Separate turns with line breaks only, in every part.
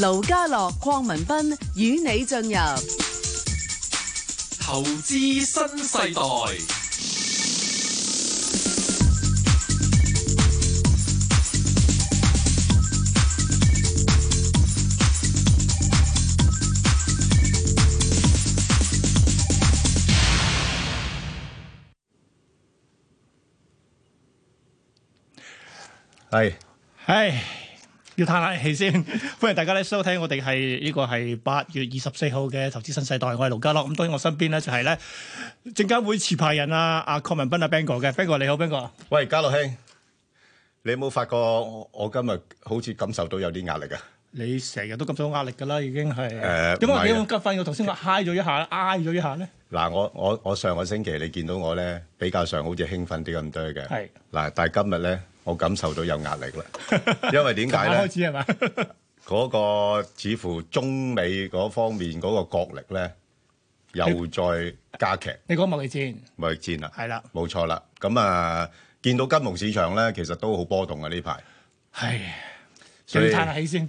盧家樂、鄺文斌與你進入
投資新世代，
係
唉，要嘆下氣先。 歡迎大家咧收睇我哋係呢個係八月二十四號嘅投資新世代，我係盧家樂。咁當然我身邊咧就係咧證監會持牌人啊，阿鄺文斌啊 Bang 哥嘅 Bang 哥你好，Bang 哥。
喂，家樂兄，你有冇發覺我我今日好似感受到有啲壓力啊？
你成日都咁多壓力㗎啦，已經係。
誒
點
唔係
解
啊
點解咁快？我頭先話嗨咗一下，挨咗一下咧。
嗱，我我我上個星期你見到我咧比較上好似興奮啲咁多嘅，
係
嗱，但係今日咧我感受到有壓 力啦，因為點解
琴晚
咧
開？始係嘛？
嗰個似乎中美嗰方面嗰個角力咧，又再加劇
你講貿易戰
貿易戰啦，
係啦，
冇錯啦。咁啊，見到金融市場咧，其實都好波動啊呢排。
唉，
所
所
以
以嘆下氣先。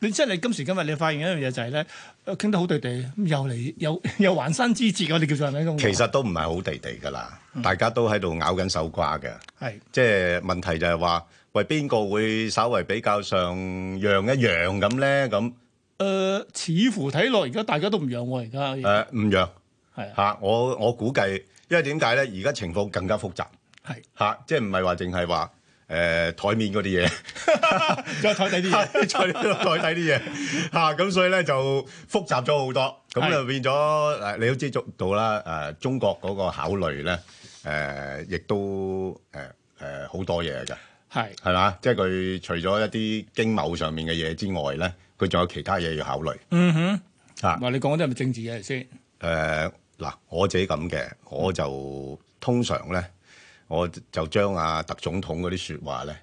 你即係你今時今日，你發現一樣嘢就係咧，誒傾得好對地，咁又嚟又 又還山之節，我哋叫做係咪咁講？
其實都唔係好地地噶啦，大家都喺度咬緊手瓜嘅。
係
即係問題就係話，喂邊個會稍為比較上讓一讓咁咧？咁
誒、似乎睇落而家大家都唔讓喎，而家
誒唔讓
係啊
嚇，我我估計，因為點解咧？而家情況更加複雜
係
嚇，即係唔係話淨係話誒台面嗰 啲嘢。
再睇睇啲嘢，
係再再睇啲嘢 嚇，咁所以咧就複雜咗好多，咁
係
就變咗誒，你都知足到啦誒，中國嗰個考慮咧誒，亦都誒誒好多嘢嘅，
係
係嘛？即係佢除咗一啲經貿上面嘅嘢之外咧，佢仲有其他嘢要考慮
嗯哼，
嚇
話你講嗰啲係咪政治嘢嚟先？
誒嗱，我自己咁嘅，我就通常咧，我就將阿特總統嗰啲説話咧，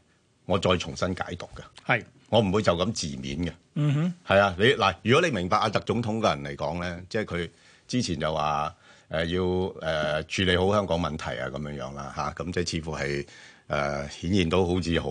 我再重新解讀嘅。
係
我唔會就咁字面嘅。
嗯哼，
係啊，你嗱，如果你明白阿特總統個人嚟講咧，即係佢之前就話誒、呃要誒、呃、處理好香港問題啊咁樣樣啦嚇，咁、即係似乎係誒、呃、顯現到好似好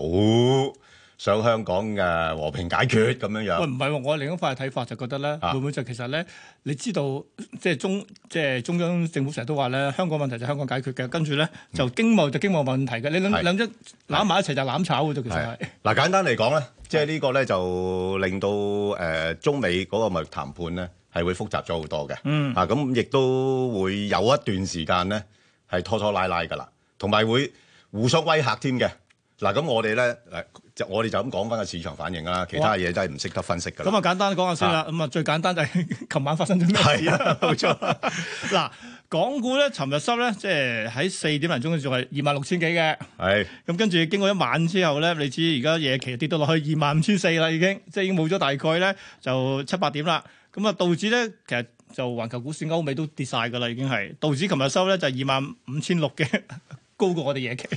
想香港嘅和平解決咁樣
喂
樣。
唔係喎，我另一塊睇法就覺得咧，
啊
會唔會就其實咧，你知道即係中即係中央政府成日都話咧，香港問題就香港解決嘅，跟住咧就經貿就經貿問題嘅，你
嗯
兩
係
兩隻攬埋一齊就攬炒嘅啫，其實
係
係
嗱簡單嚟講咧，即係呢個咧就令到誒、呃中美嗰個貿易談判咧係會複雜咗好多嘅。
嗯
啊咁亦都會有一段時間咧係拖拖拉拉㗎啦，同埋會互相威嚇添嘅。嗱咁我哋咧誒就我哋就咁講翻個市場反應啦，其他嘢真係唔識得分析㗎
咁
啦。
啊，簡單講下先啦。咁啊，最簡單就係 琴晚發生咗咩事
係啊
啦？冇錯。嗱，港股咧，尋日收咧，即係喺四點零鐘嘅時候係二萬六千幾嘅。
係
咁跟住經過一晚之後咧，你知而家夜期跌到落去二萬五千四啦，已經即係已經冇咗大概咧就七八點啦。咁啊，道指咧其實就環球股市歐美都跌晒㗎啦，已經係道指琴日收咧就二萬五千六嘅。高過我哋夜期，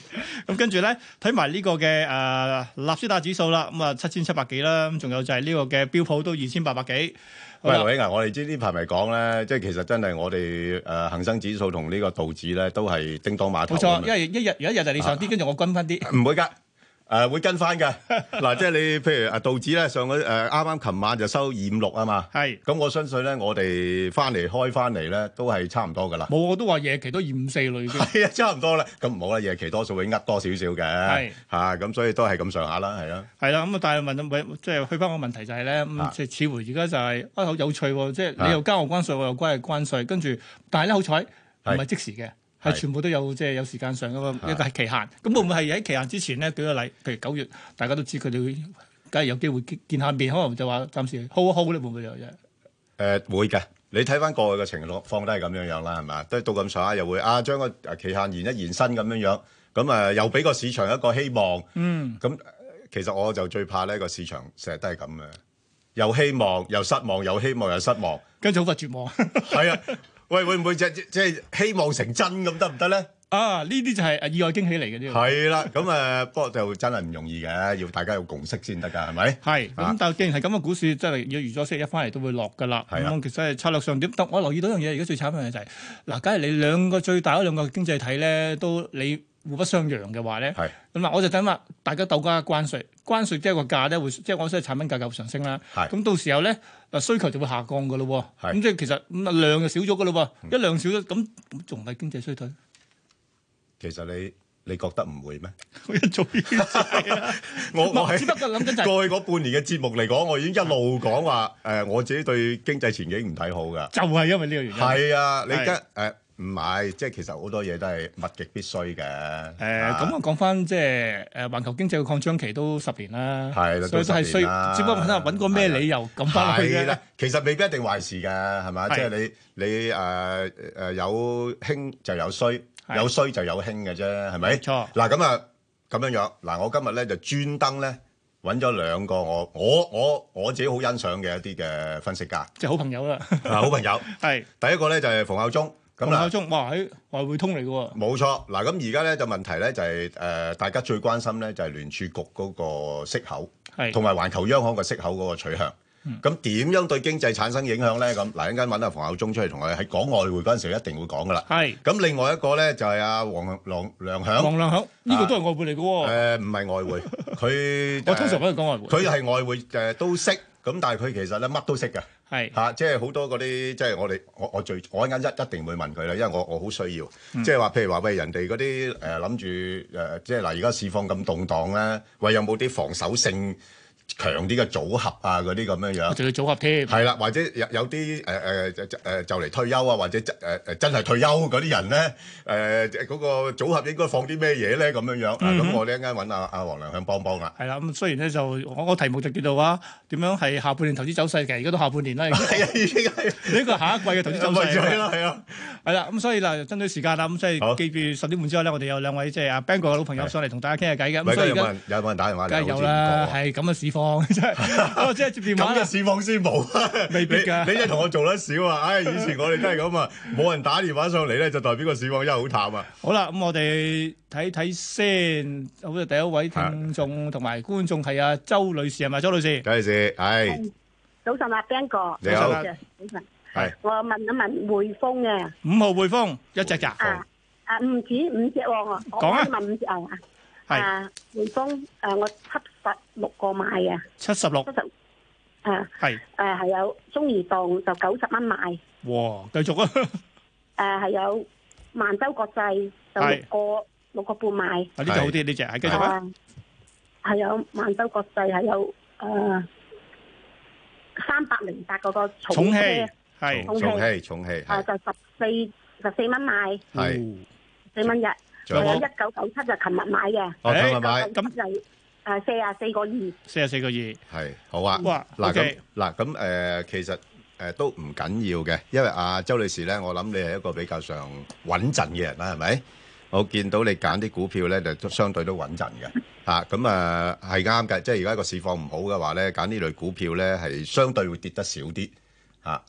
咁跟住咧睇埋呢個嘅誒、呃、納斯達指數啦，咁啊七千七百幾啦，咁仲有就係呢個嘅標普都二千八百幾。好
喂，
啦
劉英啊，我哋知呢排咪講咧，即係其實真係我哋誒恒生指數同呢個道指咧都係叮當碼頭
冇
咁樣。
錯，因為一日有一日就你上啲，跟住我均分啲。
唔會噶，誒、會跟翻 嘅。嗱，即係你譬如誒啊道指咧，上個誒呃啱啱琴晚就收二五六啊嘛。
係
咁我相信咧，我哋翻嚟開翻嚟咧，都係差唔多噶啦。
冇，我都話夜期都二五四類嘅。
係啊，差唔多啦。咁唔好啦，夜期多數會呃多少少嘅。係嚇，咁、所以都係咁上下啦，係啦。
係啦，咁啊，但係問喂，即係去翻個問題就係、咧，
啊
咁即係似乎而家就係、啊好有趣喎，即係
啊
你又交我關稅，我又關你關稅，跟住但係咧好彩
係
唔係即時嘅，
係
係全部都有即係有時間上嗰
啊
個一個係期限。咁會唔會係喺期限之前咧？舉個例，譬如九月，大家都知佢哋會梗係有機會見見下面，可能就話暫時 hold 一 hold 咧，會唔會有嘢？
誒、會嘅。你睇翻過去嘅情況況都係咁樣樣啦，係嘛？都係到咁上下又會啊，將個誒期限延一延伸咁樣樣，咁誒、又俾個市場一個希望。
嗯，
咁呃其實我就最怕呢個市場成日都係咁嘅，又希望又失望，又希望又失望，
跟住好快絕望
係啊，喂，會唔會即即即係希望成真咁得唔得咧？
啊！呢啲就係意外驚喜嚟嘅呢個。
係啦，咁誒，呃不過就真係唔容易嘅，要大家有共識先得㗎，係咪？
係，
啊
咁但係既然係咁嘅股市，真係要預咗息一翻嚟都會落㗎啦。
係啊
咁其實係策略上點？但我留意到一樣嘢，而家最慘一樣嘢就係、嗱，假如你兩個最大嗰兩個經濟體咧，都你互不相讓嘅話咧，
係
咁嗱，我就等話大家鬥加關税，關税即係個價咧會，即係我所謂產品價格會上升啦。
係
咁到時候咧，嗱需求就會下降嘅咯喎。
係嗯
咁即係其實咁啊量就少咗嘅咯喎，一量少咗，咁咁仲唔係經濟衰退？
其實你你覺得唔會咩？
我一早已經知啦
我我
只不過諗緊就係
喺過去嗰半年嘅節目嚟講，我已經一路講話誒，我自己對經濟前景唔睇好㗎。
就係因為呢個原因。
係啊，你
係
而家誒唔係，即係其實好多嘢都係物極必須嘅。誒
誒咁我講翻即係誒環球經濟嘅擴張期都十年啦，
係啦
所以都係
都十
需
年啦
要，只不過睇下揾個咩理由撳翻落去
係
啫
啦。，其實未必一定壞事嘅，係嘛？
係
即係你你誒誒有興就有衰，
係
有衰就有興嘅啫，係咪？
冇錯
嗱咁啊，咁樣樣嗱，我今日咧就專登咧揾咗兩個我我我我自己好欣賞嘅一啲嘅分析 家
即係好朋友啦，
啊，好朋友。
係
第一個咧就係馮孝忠，咁
咁口
啦。
中哇喺外匯通嚟嘅喎，
冇錯，嗱咁而家咧就問題咧就係、呃大家最關心咧就係聯儲局嗰個息口，
係
同埋環球央行嘅息口嗰個取向。
嗯
咁點、樣對經濟產生影響咧？咁嗱，一陣間揾阿馮友忠出嚟同我哋喺講外匯嗰陣時，一定會講噶啦。
係
咁另外一個咧就係阿黃梁梁響，
黃亮響呢個都係外匯嚟嘅喎，
誒唔係外匯，佢
我通常
呃
揾佢講外匯，
佢係外匯誒、呃都識，咁但係佢其實咧乜都識嘅。
係
嚇、即係好多嗰啲，即係我哋我我最我一間一一定會問佢啦，因為我我好需要，即係話譬如話喂人哋嗰啲誒諗住誒，即係嗱而家市況咁動盪咧，喂有冇啲防守性強啲嘅組合啊嗰啲咁樣
我
樣。
仲要組合添，
係啦，或者有有啲誒誒誒就嚟退休啊，或者真誒誒真係退休嗰啲人咧，誒、嗰、個組合應該放啲咩嘢咧咁樣樣。啊
嗯
咁、我哋一間揾阿阿黃良響幫幫啦。
係啦。咁雖然咧就我我題目就叫做話點樣係下半年投資走勢，其實而家都下半年啦，已 經
係啊，已經係
呢個係下一季嘅投資 走
咪就係
勢。
啦，係啊。
係啦，咁所以嗱，爭取時間啦，咁所以
好
記住十點半之後咧，我哋有兩位即係阿 Bang 哥嘅老朋友
係
上嚟同大家傾下偈嘅，
咪
咁所以
有
而
冇
家
人有冇人打電話嚟？
梗係
好
有
似唔多
啦
喎，
係咁嘅市況，真係我即係接電話
咁
啦
嘅，市況先冇啊，
未必㗎
你你真係同我做得少啊！唉，以前我哋都係咁啊，冇人打電話上嚟咧，就代表個市況真係好淡啊！
好啦，咁我哋睇睇先，好似第一位聽眾同埋觀眾係阿周女士係咪？周女士，
梗係先，唉，
早晨啊，Ben 哥，
你好
早晨，早晨。
係
我問一問匯豐嘅
五號匯豐一隻咋，
啊啊，唔止五隻喎，我我
講啊
可以問五隻啊
係
啊，匯豐誒，我七十六個買嘅，
七十六
七，十啊
係，
誒係有中移動就九十蚊買，誒
哇，繼續啊，
係有萬洲國際就
係
六個六個半買，
啊呢隻好啲，呢隻係繼續啊，
啊係有萬洲國際係有誒三百零八嗰個
重
車
氣係
好
重氣重氣
啊
係
就十四十四蚊買。
係，
哦
四蚊日，
仲
仲
有
有一九九七就琴日買嘅，
哦
誒
今日買
咁就誒四啊四個二，
四十四個二，
係好啊！
哇
嗱咁
OK
嗱咁誒，其實誒都唔緊要嘅，因為阿周女士咧，我諗你係一個比較上穩陣嘅人啦，係咪？我見到你揀啲股票咧，就都相對都穩陣嘅嚇。咁啊係啱嘅，即係而家個市況唔好嘅話咧，揀呢類股票咧係相對會跌得少啲啊嚇。
啊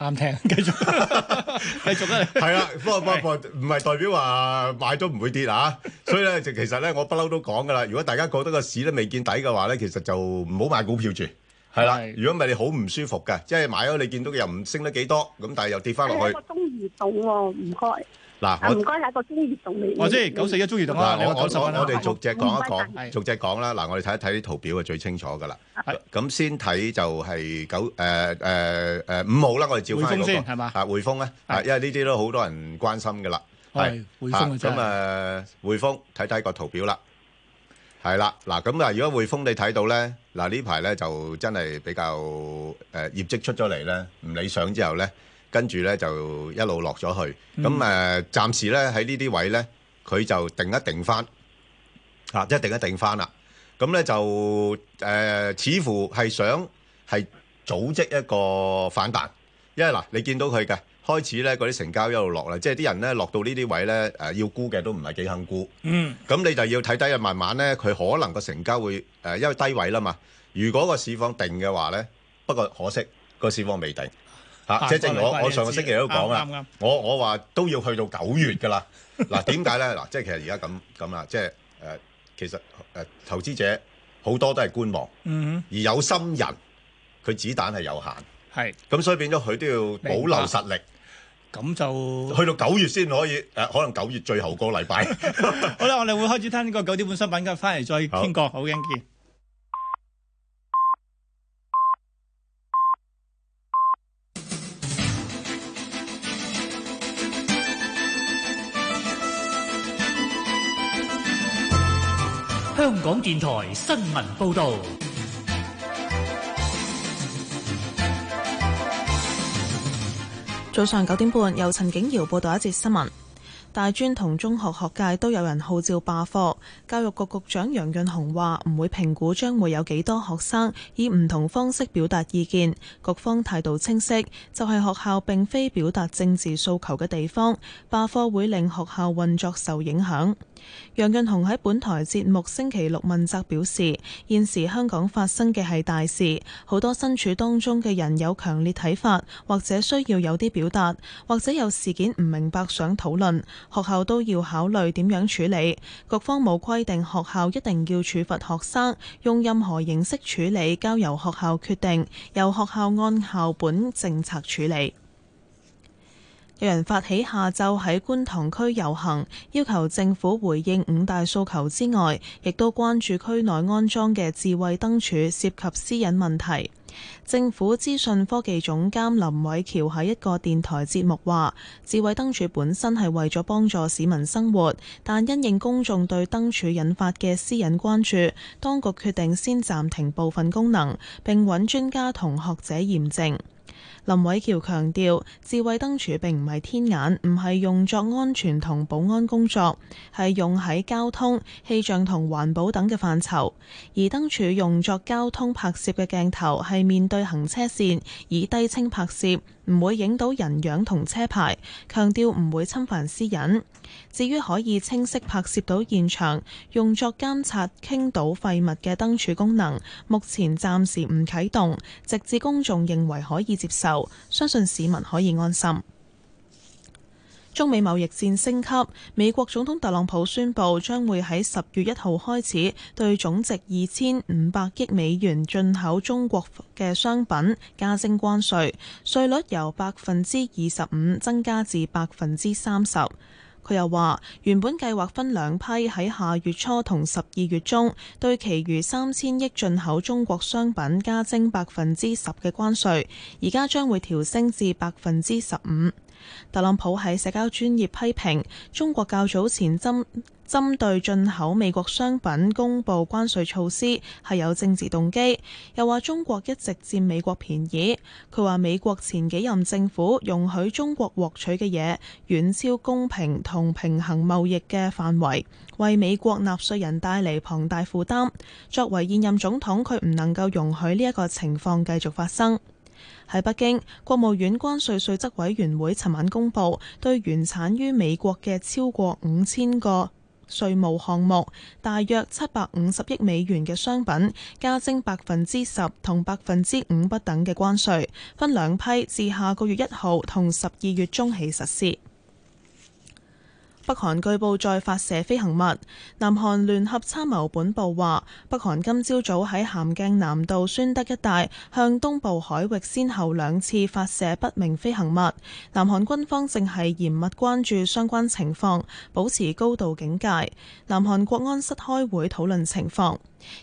啱聽， 繼續，繼續啊，
係啦，不過不過不過唔係代表話買都唔會跌啊，所以咧就其實咧我不嬲都講噶啦，如果大家覺得個市咧未見底嘅話咧，其實就唔好買股票住。係啦
係，
如果唔係你好唔舒服嘅，即係買咗你見到佢又唔升得幾多，咁但係又跌翻落
係一啊
去
個中移動喎，唔該，
嗱，
啊
我
唔該係一個中移動嚟。
我哦知九四一中移動啊，
嗱，
你
我
話
我
九十蚊
我
啊
我哋逐隻講一
係
講，逐隻講啦。嗱，我哋睇一睇啲圖表就最清楚噶啦
係。
咁先睇就係九誒誒誒五號啦，我哋照翻嗰
匯豐
個
先係嘛
啊，匯豐咧，
係
啊因為呢啲都好多人關心噶啦。
係匯豐啊真係
咁啊，匯豐睇睇個圖表啦。係啦，嗱咁啊，如果匯豐你睇到咧，嗱呢排咧就真係比較誒、呃、業績出咗嚟咧，唔理想之後咧，跟住咧就一路落咗去。咁誒、呃，暫時咧喺呢啲位咧，佢就定一定翻，啊，一定一定翻啦。咁咧就誒、呃似乎係想係組織一個反彈，因為嗱，你見到佢嘅開始咧嗰啲成交一路落啦，即係啲人咧落到呢啲位咧誒、呃要沽嘅都唔係幾肯沽。
嗯，
咁你就要睇低啊，慢慢咧，佢可能個成交會誒、呃因為低位啦嘛。如果個市況定嘅話咧，不過可惜個市況未定嚇、
下
即係
啊個
正如
禮拜
我
你
我
就
上個
知
星期都講
啱啱啱
啦，我我話都要去到九月㗎啦。 嗱點解咧？嗱，即係其實而家咁咁啦，即係誒、呃其實誒、呃投資者好多都係觀望，
嗯
而有心人佢子彈係有限，
哼，係。
咁所以變咗佢都要保
明白
留實力。
咁就
去到九月先可以誒、可能九月最後嗰個禮 拜。
好啦，我哋會開始聽呢個九點半新品，跟住翻嚟再傾過，好嘅，見。
香港電台新聞報導，
早上九點半，由陳景瑤報道一節新聞。大專同中學學界都有人號召罷課，教育局局長楊潤雄話唔會評估將會有幾多學生以唔同方式表達意見，局方態度清晰，就係、學校並非表達政治訴求嘅地方，罷課會令學校運作受影響。楊潤雄喺本台節目星期六問責表示，現時香港發生嘅係大事，好多身處當中嘅人有強烈睇法，或者需要有啲表達，或者有事件唔明白想討論，學校都要考慮點樣處理。局方冇規定學校一定要處罰學生，用任何形式處理交由學校決定，由學校按校本政策處理。有人發起下晝喺觀塘區遊行，要求政府回應五大訴求之外，亦都關注區內安裝嘅智慧燈柱涉及私隱問題。政府資訊科技總監林偉橋喺一個電台節目話：智慧燈柱本身係為咗幫助市民生活，但因應公眾對燈柱引發嘅私隱關注，當局決定先暫停部分功能，並揾專家同學者驗證。林偉橋強調，智慧燈柱並唔係天眼，唔係用作安全同保安工作，係用喺交通、氣象同環保等嘅範疇。而燈柱用作交通拍攝嘅鏡頭係面對行車線，以低清拍攝，唔會影到人樣同車牌，強調唔會侵犯私隱。至於可以清晰拍攝到現場，用作監察傾倒廢物嘅燈柱功能，目前暫時唔啟動，直至公眾認為可以接受，相信市民可以安心。中美貿易戰升級，美國總統特朗普宣布將會喺十月一號開始對總值二千五百億美元進口中國嘅商品加徵關稅，稅率由百分之二十五增加至百分之三十。佢又話：原本計劃分兩批喺下月初同十二月中對其餘三千億進口中國商品加徵百分之十嘅關稅，而家將會調升至百分之十五。特朗普喺社交專頁批評中國較早前針針對進口美國商品公布關稅措施係有政治動機，又話中國一直佔美國便宜。佢話美國前幾任政府容許中國獲取嘅嘢遠超公平同平衡貿易嘅範圍，為美國納稅人帶嚟龐大負擔。作為現任總統，佢唔能夠容許呢一個情況繼續發生。喺北京，國務院關稅稅則委員會尋晚公佈，對原產於美國嘅超過五千個稅務項目，大約七百五十億美元嘅商品加徵百分之十同百分之五不等嘅關稅，分兩批，自下個月一號同十二月中起實施。北韓據報再發射飛行物。南韓聯合參謀本部話，北韓今朝早喺咸鏡南道宣德一帶向東部海域先後兩次發射不明飛行物。南韓軍方正係嚴密關注相關情況，保持高度警戒。南韓國安室開會討論情況。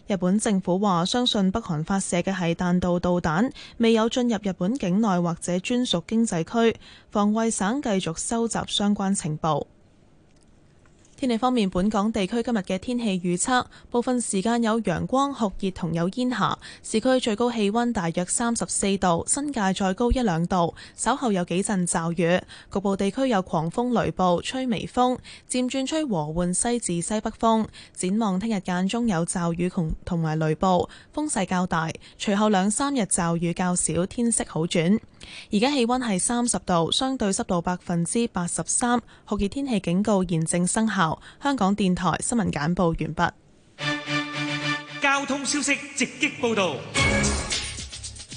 日本政府話相信北韓發射嘅係彈道導彈，未有進入日本境內或者專屬經濟區。防衛省繼續收集相關情報。天氣方面，本港地區今日嘅天氣預測，部分時間有陽光酷熱同有煙霞，市區最高氣溫大約三十四度，新界再高一兩度。稍後有幾陣驟雨，局部地區有狂風雷暴，吹微風，漸轉吹和緩西至西北風。展望聽日間中有驟雨同同埋雷暴，風勢較大。隨後兩三日驟雨較少，天色好轉。而家氣溫係三十度，相對濕度百分之八十三，酷熱天氣警告現正生效。香港電台新聞簡報完畢。
交通消息直擊報導。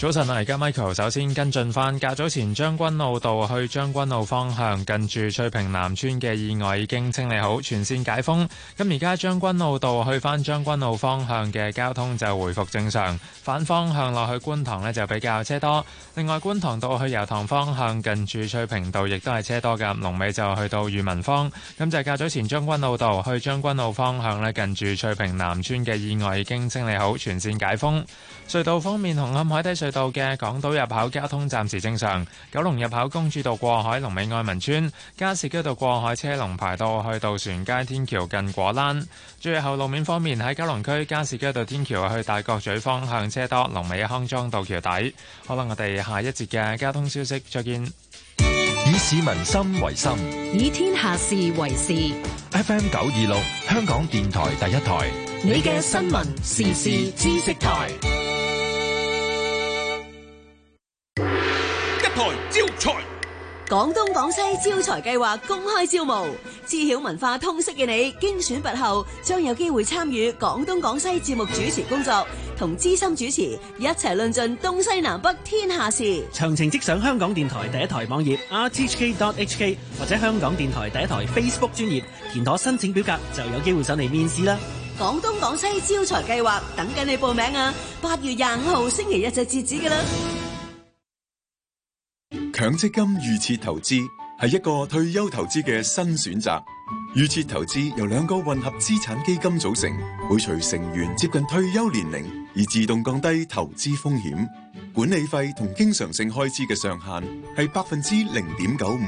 早晨啊，而家 Michael 首先跟進翻，較早前將軍澳道去將軍澳方向近住翠屏南村嘅意外已經清理好，全線解封。咁而家將軍澳道去翻將軍澳方向嘅交通就回復正常，反方向落去觀塘呢就比較車多。另外，觀塘道去油塘方向近住翠屏道亦都係車多㗎，龍尾就去到裕民坊。咁就係較早前將軍澳道去將軍澳方向呢，近住翠屏南村嘅意外已經清理好，全線解封。隧道方面，紅磡海底隧道嘅港島入口交通暫時正常；九龍入口公主道過海、龍尾愛民村、加士居道過海車龍排到去渡船街天橋近果欄。最後路面方面，喺九龍區加士居道天橋去大角咀方向車多，龍尾康莊道橋底。好啦，我哋下一節嘅交通消息再見。
以市民心為心
以天下事為事。
，FM 九二六香港電台第一台，
你嘅新聞時事知識台，
一台招財，
廣東廣西招財計劃公開招募，知曉文化通識嘅你，經選拔後將有機會參與廣東廣西節目主持工作，同資深主持一齊論盡東西南北天下事。
詳情即上香港電台第一台網頁 rthk.hk 或者香港電台第一台 Facebook 專頁填妥申請表格，就有機會上嚟面試啦。
廣東廣西招財計劃等緊你報名啊！八月廿五號星期日就截止㗎啦。
強積金預設投資係一個退休投資嘅新選擇。預設投資由兩個混合資產基金組成，會隨成員接近退休年齡而自動降低投資風險。管理費同經常性開支嘅上限係百分之零點九五，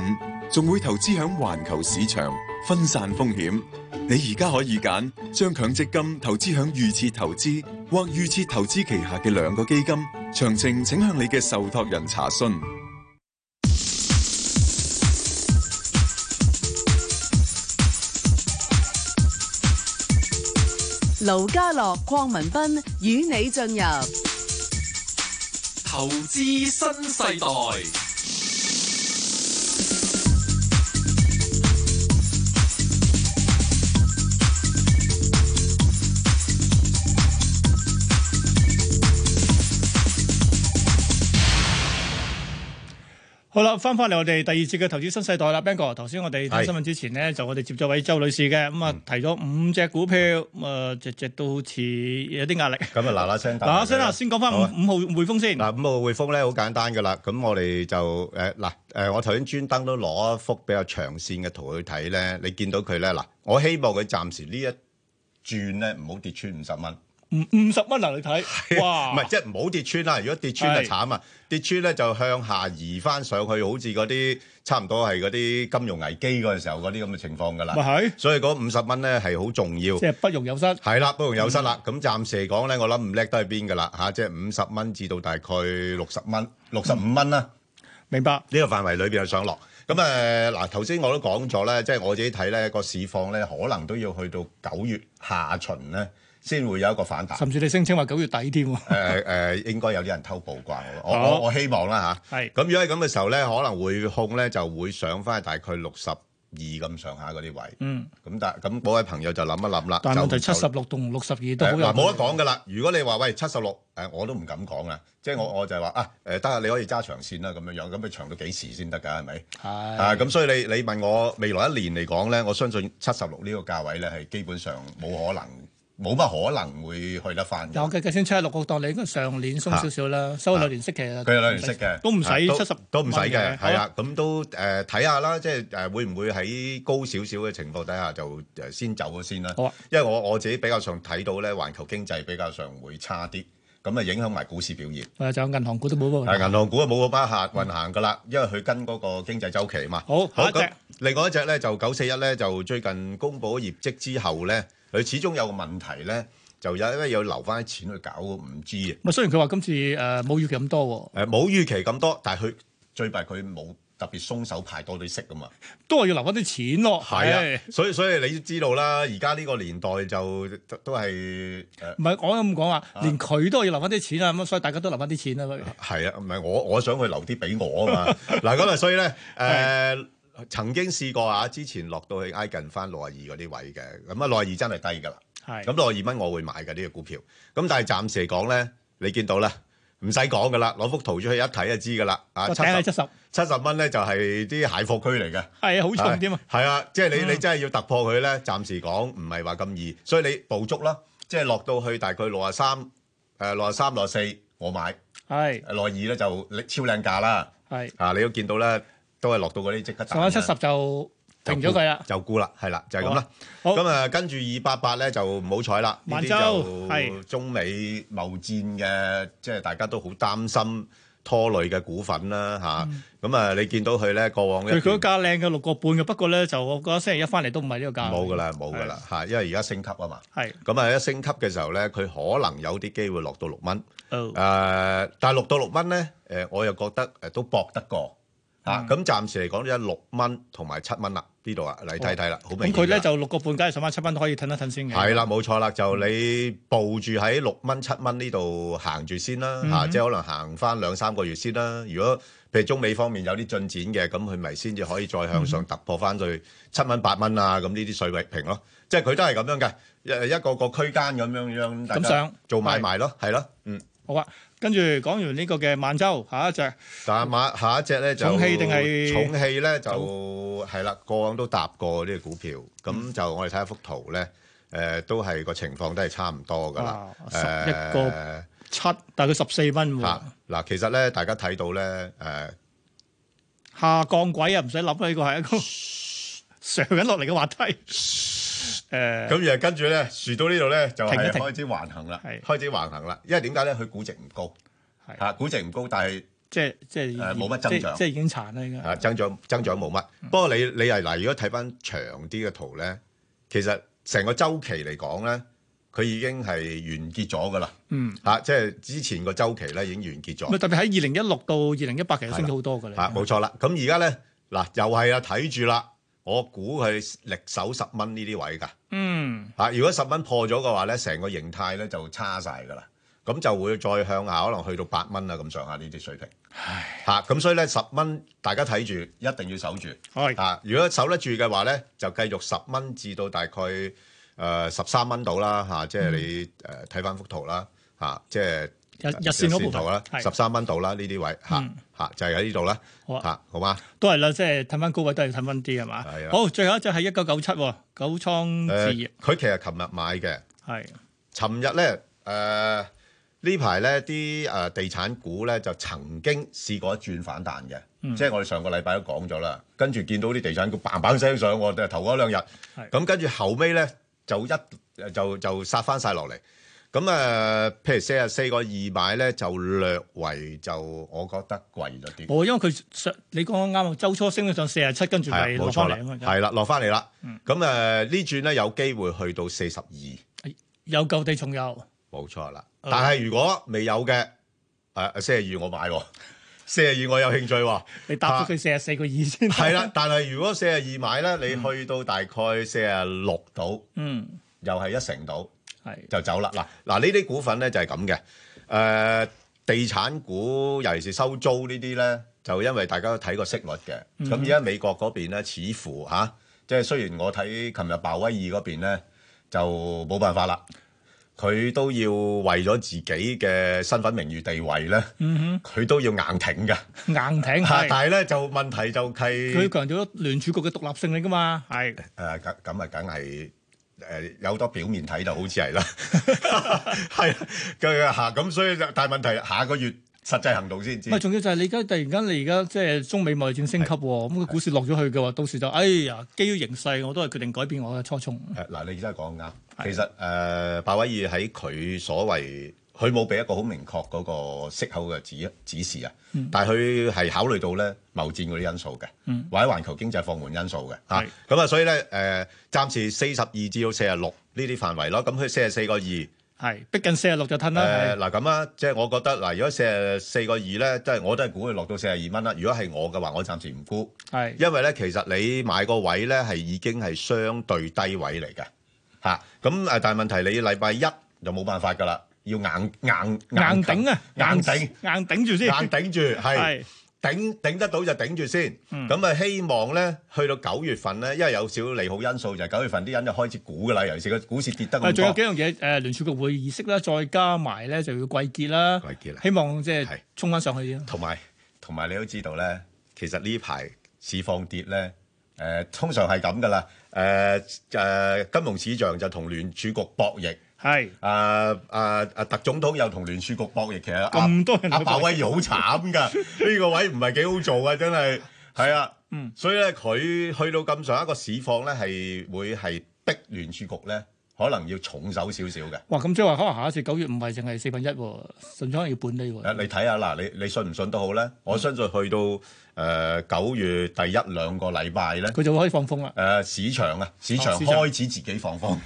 仲會投資響環球市場，分散風險。你而家可以揀將強積金投資響預設投資或預設投資旗下嘅兩個基金。詳情請向你嘅受託人查詢。
盧家樂、邝文斌與你進入
投資新世代。
好啦，翻返嚟我哋第二節嘅投資新世代啦，Ben 哥，頭先我哋睇
係
新聞之前呢，就我哋接咗位周女士嘅，咁啊提咗五隻股票，咁啊隻隻都好似有啲壓力。
咁啊嗱嗱聲答
嗱嗱聲
佢
啦，
啦
先講翻五
好啊
五號匯豐先。
嗱，咁個匯豐咧好簡單噶啦，咁我哋就誒嗱誒，我頭先專登都攞一幅比較長線嘅圖去睇咧，你見到佢咧嗱，我希望佢暫時呢一轉咧唔好跌穿五十蚊，
五五十蚊嗱，你睇，哇，
唔係即係唔好跌穿啦，如果跌穿
係
就慘啊，跌穿咧就向下移翻上去，好似嗰啲差唔多係嗰啲金融危機嗰陣時候嗰啲咁嘅情況噶
咪
啦，
係，
所以嗰五十蚊咧係好重要
即。係不容有失。
係啦，不容有失啦。咁、暫時嚟講咧，我諗唔叻都係邊噶啦嚇，即係五十蚊至到大概六十蚊、六十五蚊啦。
明白。
呢個範圍裏邊嘅上落。咁誒嗱，頭先我都講咗咧，即係我自己睇咧個市況咧，可能都要去到九月下旬咧，先會有一個反彈。
甚至你聲稱話九月底添喎。
誒誒，應該有啲人偷步啩，我
好
我我希望啦嚇。
係
咁如果係咁嘅時候咧，可能匯控咧就會上翻大概六十二咁上下嗰啲位。
嗯，
咁但咁嗰位朋友就諗一諗啦。
但係問題七
就
十六同六十二都好
誒
有
嗱冇得講噶啦，如果你話喂七十六，誒我都唔敢講啊，即係
嗯
我我就係話啊誒得啊，你可以揸長線啦咁樣樣，咁你長到幾時先得㗎？係咪？啊，咁所以你你問我未來一年嚟講咧，我相信七十六呢個價位咧係基本上冇可能，冇乜可能會去得翻
嗱，我
嘅。
計計先七十六，我當你應該上年鬆少少啦，收咗兩年息其實
佢有兩年息嘅，
都唔使
啊
七十，
都唔使嘅，係啦，咁都誒睇下啦，即係誒會唔會喺高少少嘅情況底下就誒先走咗先啦。
好啊
因為我我自己比較上睇到咧，環球經濟比較上會差啲，咁啊影響埋股市表現。
好。誒，就銀行股都冇
係
喎。
銀行股啊冇嗰班客運行噶啦，因為佢跟嗰個經濟周期嘛。
好下一隻
咁另外一隻咧就九四一咧，就最近公布咗業績之後咧，佢始終有個問題咧，就有因為要留翻啲錢去搞嗰五 G 啊
咪雖然佢話今次誒冇預期咁多
啊。誒冇預期咁多，但係佢最弊佢冇特別鬆手派多啲息啊嘛。
喎，都話要留翻啲錢咯。
係
唉
啊，所以所以你都知道啦，而家呢個年代就都都係誒
唔係我咁講啊，連佢都要留翻啲錢啊，咁所以大家都留翻啲錢啦。不如
係啊，唔係我我想佢留啲俾我啊 嘛。嗱咁啊，所以咧誒、曾經試過啊，之前落到去挨近翻六廿二嗰啲位嘅，咁啊六廿二真係低㗎啦。啊
係
咁六廿二蚊我會買嘅呢、個股票。咁但係暫時嚟講咧，你見到啦，唔使講噶啦，攞幅圖出去一睇就知噶啦。啊，
個頂係70
七十蚊咧就係啲蟹貨區嚟嘅。
係啊好重添啊！
係啊，即係你你
嗯
真係要突破佢咧，暫時講唔係話咁易，所以你捕捉啦，即係落到去大概六啊三誒六啊三六啊四，我買
係
六啊二咧就你超靚價啦。
係
啊，你都見到咧，都係落到嗰啲即刻彈
上
啦
翻七十就
就
停咗
沽
佢啦。
就沽啦，係啦，就係咁啦。
好
咁啊，跟住二八八咧就唔好彩啦，呢
萬
啲
洲
就
係
中美貿戰嘅，即係大家都好擔心拖累嘅股份啦吓，咁啊，你見到佢咧過往
嗯佢
一
佢嗰
段
價靚嘅六個半嘅，不過咧就我覺得星期一翻嚟都唔係呢個價。
冇噶啦，冇噶啦吓，因為而家升級啊嘛。
係。
咁啊，一升級嘅時候咧，佢可能有啲機會落到六蚊。
誒、
但係六到六蚊咧，誒，我又覺得誒都搏得過嚇。
嗯
咁、暫時嚟講，一六蚊同埋七蚊啦，呢度啊，你睇睇啦，好明
咁
顯㗎。
佢咧就六個半，梗係上翻七蚊都可以褪一褪先嘅。嗯
係啦，冇錯啦，就你佈住喺六蚊七蚊呢度行住先啦，嚇、
嗯
即係可能行翻兩三個月先啦。如果譬如中美方面有啲進展嘅，咁佢咪先至可以再向上突破翻去七蚊八蚊啊，咁呢啲水域平咯。即係佢都係咁樣嘅，一一個個區間咁樣樣，大家
咁上
做買賣咯，係咯，嗯。
好啊，跟住講完呢個嘅萬洲，下一隻
但係馬下一隻咧就
重氣定係
重氣咧就係啦，過往都搭過呢個股票，咁
嗯
就我哋睇下幅圖咧，誒都係個情況都係差唔多噶啦
啊，十一
誒
個七，但係佢十四蚊喎
嚇，嗱，其實咧大家睇到咧誒
下降軌啊，唔使諗啦，呢個係一個上緊落嚟嘅滑梯。誒，
咁然後跟住咧，樹到呢度咧就
停
係
一停
開始橫行啦，
係
開始橫行啦。因為點解咧？佢估值唔高，嚇估值唔高，但係
即係即係
誒冇乜增長
即係嗯已經殘啦，應該
啊增長增長冇乜。不過你你係嗱，如果睇翻長啲嘅圖咧，其實成個周期嚟講咧，佢已經係完結咗噶啦。
嗯。
嚇、即係之前個周期咧已經完結咗。
咪特別喺二零一六到二零一八其實
係啦
升咗好多㗎
嚇、
啦。
啊冇錯啦。咁而家咧嗱，又係啊，睇住啦。我估佢力守十蚊呢啲位㗎。
嗯，
嚇、如果十蚊破咗嘅話咧，成個形態咧就差晒㗎啦。咁就會再向下，可能去到八蚊啊咁上下呢啲水平。嚇，咁、所以咧十蚊大家睇住，一定要守住。
係
嚇、如果守得住嘅話咧，就繼續十蚊至到大概誒十三蚊到啦嚇，即係你誒睇翻幅圖啦嚇、即係。
嗯日日線嗰部分
圖啦，十
係
三蚊度啦，呢啲位嚇
嗯
嚇就係喺呢度啦
好啊
嚇，好嘛？
都係啦，即係褪翻高位都係褪翻啲係嘛
係啊。
好，最後一隻係一九九七九倉置
誒，
業
佢其實琴日買嘅，
係
尋日咧誒呢排咧啲誒地產股咧就曾經試過一轉反彈嘅，
嗯
即係我哋上個禮拜都講咗啦，跟住見到啲地產股砰砰聲上喎，就頭嗰兩日，咁跟住後尾咧就一就就殺翻晒落嚟。咁誒、呃譬如四十四個二買咧，就略為就我覺得貴咗啲。
冇，哦因為佢上你講啱啊，周初升咗上四十七，跟住咪
係冇
落翻
錯
嚟
啦
啊嘛。，
係啦，落翻嚟啦
嗯。
咁誒呃呢轉咧有機會去到四十二，
有舊地重有，
冇錯啦。
嗯
但係如果未有嘅，誒四十二我買喎， 四十二我有興趣喎。啊
你搭咗佢四十四個二先。
係啦，，但係如果四十二買咧，你去到大概四十六度，
嗯，
又係一成度
係
就走啦。嗱嗱呢啲股份咧就係咁嘅。誒地產股尤其是收租呢啲咧，就因為大家都睇個息率嘅。
嗯
咁而家美國嗰邊咧，似乎嚇、即係雖然我睇琴日鮑威爾嗰邊咧就冇辦法啦，佢都要為咗自己嘅身份、名譽、地位咧，
嗯
佢都要硬挺嘅。
哼，硬挺
嚇 啊但
係。
係咧就問題就係
佢強調咗聯儲局嘅獨立性嚟㗎嘛，係
誒咁咁啊，梗係誒呃有好多表面睇就好似係啦， 係啊佢嚇咁，所以就但係問題下個月實際行動先知
唔。係，啊仲要就係你而家突然間，你而家即係中美貿易戰升級喎，咁個股市落咗去嘅話，到時就哎呀，基於形勢，我都係決定改變我嘅初衷。
誒嗱，你真係講得啱。其實誒，呃鮑威爾喺佢所謂，佢冇俾一個好明確嗰個息口嘅指指示啊。
嗯
但係佢係考慮到咧貿戰嗰啲因素嘅，
嗯
或者環球經濟放緩因素嘅
係
嚇。咁啊，所以咧誒、呃，暫時四十二至到四十六呢啲範圍咯。咁佢四十四個二。
係逼近四十六就褪啦。
誒
係
嗱咁啊，即係我覺得嗱，如果四十四個二咧，即係我都係估佢落到四十二蚊啦。如果係我嘅話，我暫時唔估，
係
因為咧其實你買個位咧係已經係相對低位嚟嘅嚇。咁誒，但係問題你禮拜一就冇辦法㗎啦，要硬硬
硬頂啊，
硬頂
硬頂住先，
硬頂住係。頂頂得到就頂住先。
嗯
咁啊、希望咧去到九月份咧，因為有少少利好因素，就係、九月份啲人就開始估噶啦，尤其是個股市跌得
誒，
咁
啊仲有
多
幾。樣嘢誒，聯儲局會議息啦，再加埋咧就要季結啦，
季結啦
希望即係衝翻上去啲咯。
同埋同埋你都知道咧，其實呢排市況跌咧，誒、通常係咁噶啦，誒、誒、金融市場就同聯儲局博弈。
係
啊啊啊！特總統又同聯儲局博弈，其實阿
咁多人
阿
去
鮑
博
威
弈
爾好 慘噶，呢個位唔係幾好做啊！真係係啊，
嗯
所以咧佢去到咁上下一個市況咧，係會係逼聯儲局咧，可能要重手少少嘅。
哇！咁即係話可能下一次九月唔係淨係四分一喎，甚至可能要半厘
啊
喎。
你睇下嗱，你你信唔信都好咧，
嗯
我相信去到誒九、月第一兩個禮拜咧，
佢就會可以放風啦。
誒、市場啊，市
哦
場
市場
開始自己放 風，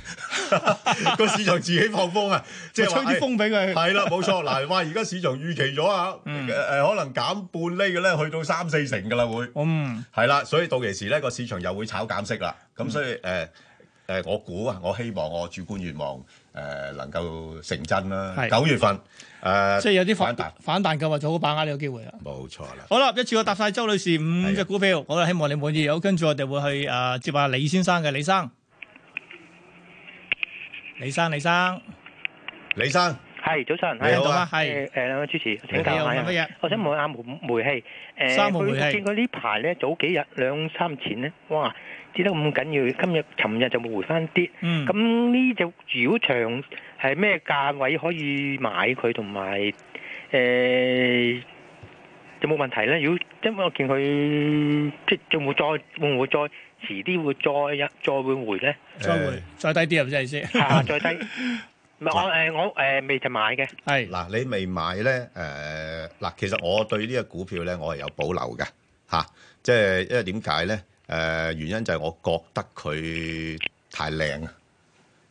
個市場自己放風啊，即係話
咪吹啲風俾佢
哎係啦，冇錯。嗱， 哇！而家市場預期咗啊，誒、
嗯
誒可能減半厘嘅咧，去到三四成㗎啦會。
嗯，
係啦，所以到期時咧個市場又會炒減息啦。咁所以
嗯
誒誒、我估啊，我希望我主觀願望誒、呃能夠成真啦。
係
九月份誒，呃
即係有啲
反
反
彈，
反彈嘅話，就好把握呢個機會啦。
冇錯啦。啊
好啦，一次過答晒周女士五隻股票，好啦，希望你滿意。好，跟住我哋會去誒、呃接下李先生嘅，李生，李生，李生，
李生，
係早晨，
你好啊係
誒誒兩位主持，請
你
教
好
下
問乜嘢
我想問下煤煤氣，
三號煤氣
佢見佢呢排咧早幾日兩三前咧，哇跌得咁緊要，今日尋日就冇回翻啲。
嗯
咁呢只如果長係咩價位可以買佢，同埋誒有冇問題咧？如果因為我見佢即係仲會再會唔會再遲啲會再一再會回咧？
再會再低啲啊，真係先。
啊再低， 唔係我誒我誒未就買嘅。
係
嗱，你未買咧？誒、嗱，其實我對呢個股票咧，我係有保留嘅嚇、即係因為點解咧？誒、原因就係我覺得佢太靚啊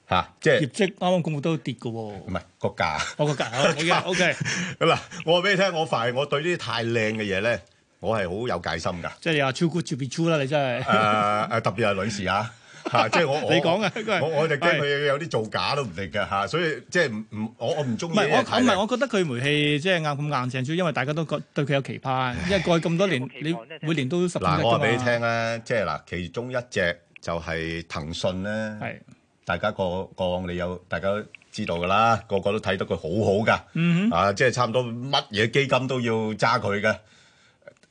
嚇，即係
業績啱啱公佈都跌嘅喎，唔
係個價。
我個價好 好 嘅，OK，
嗱，我話俾你聽，我凡係我對呢啲太靚嘅嘢咧，我係好有戒心㗎。
即係你話 too good to be true 啦，你真係。
誒啊誒，特別係女士 啊。嚇！即係我我
你講啊嘅應該係
我我就驚佢有啲造假都唔定嘅嚇，所以即係唔唔我我唔中
唔
意
係
呢啲
我
太
唔
靚
係，我覺得佢煤氣即係硬咁硬淨，主要因為大家都覺對佢有期盼，因為過去咁多年，你每年都十點一
嗱，
㗎
我
嘛
話俾你聽咧，即係嗱，其中一隻就係騰訊咧，大家過過往你有大家都知道噶啦，個個都睇得佢好好噶，
嗯哼
啊，即係差唔多乜嘢基金都要揸佢嘅，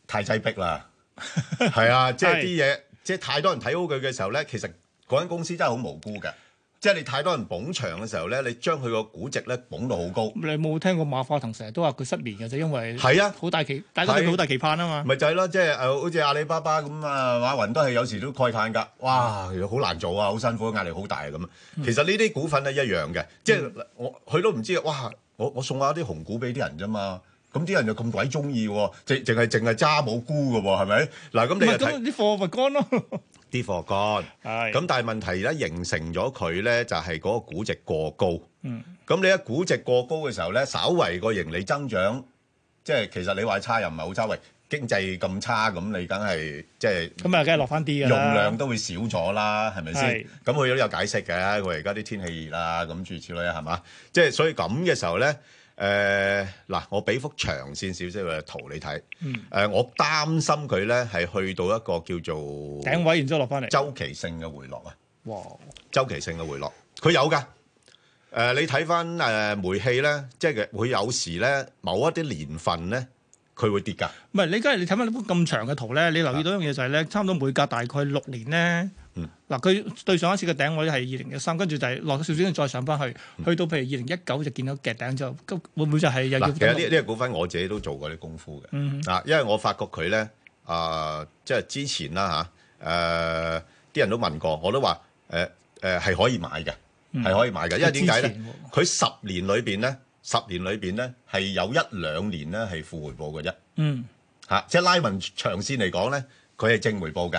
太擠迫 啦，係啊，即係啲嘢，即係太多人睇好佢嘅時候咧，其實嗰間公司真係好無辜嘅，即係你太多人捧場嘅時候咧，你將佢個估值咧捧到好高。
你有冇聽過馬化騰成日都話佢失眠嘅啫，因為
係啊
好大期，大家對佢好大期盼啊嘛。
咪就係咯，即係誒，好似阿里巴巴咁啊，馬雲都係有時都慨嘆㗎，哇，好難做啊，好辛苦，壓力好大咁。啊
嗯
其實呢啲股份咧一樣嘅，即係我佢都唔知，哇，我我送下啲紅股俾啲人啫嘛，咁啲人就咁鬼中意喎，淨淨係淨係揸冇沽㗎喎，係咪？嗱，咁
唔
你
係
就睇
咁啊啲貨咪乾咯。
啲貨乾，咁但係問題而家形成咗佢咧，就係嗰個估值過高。
嗯，
咁你喺估值過高嘅時候咧，稍為個盈利增長，即係其實你話差又唔係好差，喂，經濟咁差咁，你梗係即係
咁啊，梗係落翻啲㗎
用
啦。
量都會少咗啦，係咪先
係？
咁佢都有解釋嘅，佢而家啲天氣熱啦，咁諸如此類啊，係嘛？即係所以咁嘅時候咧，誒、嗱，我俾幅長線少少嘅圖你睇，誒、
嗯
我擔心佢咧係去到一個叫做
頂位，然之後落翻嚟。
周期性嘅回落啊！
哇！
周期性嘅回落，佢有噶。誒、你睇翻誒煤氣咧，即係佢佢有時咧某一啲年份咧，佢會跌㗎。
唔係你梗係你睇翻呢幅咁長嘅圖咧，你留意到一樣嘢就係咧，差唔多每隔大概六年咧。
嗯
嗱，佢對上一次嘅頂位係二零一三，跟住就係落咗少少，再上翻去，去到譬如二零一九就見到嘅頂之後，咁會唔會就係又要
嗱，其實呢
等
呢個股份我自己都做過啲功夫嘅。
啊嗯
啊，因為我發覺佢咧，啊、即係之前啦嚇，誒、啲人都問過，我都話誒誒係可以買嘅，係、
嗯
可以買嘅，因為點解
之
咧
前？
佢十年裏邊咧，十年裏邊咧係有一兩年咧係負回報嘅啫。
嗯，
嚇、即係拉文長線嚟講咧，佢係正回報嘅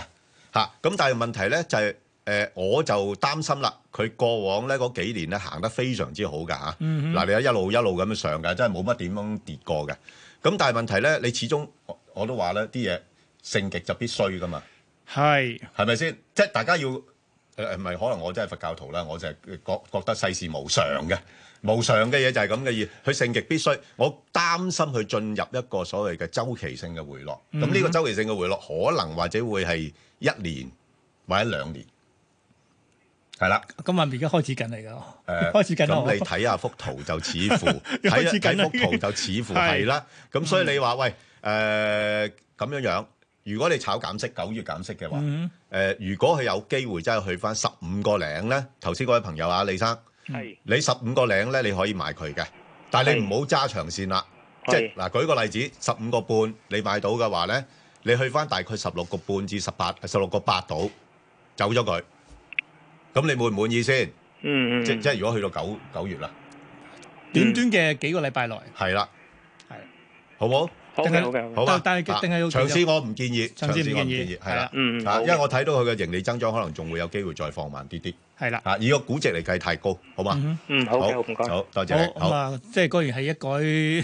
嚇。咁、但係問題咧就係、誒、我就擔心啦，佢過往咧嗰幾年咧行得非常之好㗎嚇。嗱、
嗯哼
你一路一路咁樣上㗎，真係冇乜點樣跌過嘅。咁但係問題咧，你始終我我都話咧啲嘢盛極就必衰㗎嘛，
係
係咪先？即係大家要誒誒唔係可能我真係佛教徒啦，我就係覺覺得世事無常嘅無常嘅嘢就係咁嘅嘢，佢盛極必衰。我擔心佢進入一個所謂嘅周期性嘅回落。咁呢、
嗯
個周期性嘅回落可能或者會係一年或者兩年，係啦。
今日而家開始緊嚟㗎，
誒
開始緊啦
咁你睇下幅圖就似乎
開
睇
始
睇
緊啦
幅圖就似乎
係嗯
係啦。咁所以你話喂誒咁樣樣，如果你炒減息九月減息嘅話，誒、
嗯
如果佢有機會真係去翻十五個零咧，頭先嗰位朋友啊，李生，
係
你十五個零咧你可以買佢嘅，但係你唔好揸長線啦。即係嗱，舉個例子，十五個半你買到嘅話咧，你去翻大概十六個半至十八、十六個八度走咗佢，咁你滿唔滿意先？
嗯
即即係如果去到九九月啦，
短短嘅幾個禮拜內，
係啦，
係
好冇？
好嘅定係好嘅好嘅
好啊
但但係
啊
定係要
長線
繼續
我唔建議，
長線唔
長線我唔
建議
建議，係
係
啦
啦，嗯
啊
好
因為我睇到佢嘅盈利增長可能仲會有機會再放慢啲啲，
係啦。
啊以個估值嚟計太高，好嘛？
嗯，
好嘅
好，
好唔該
好多謝你，
好咁
好。
啊，即係果然係一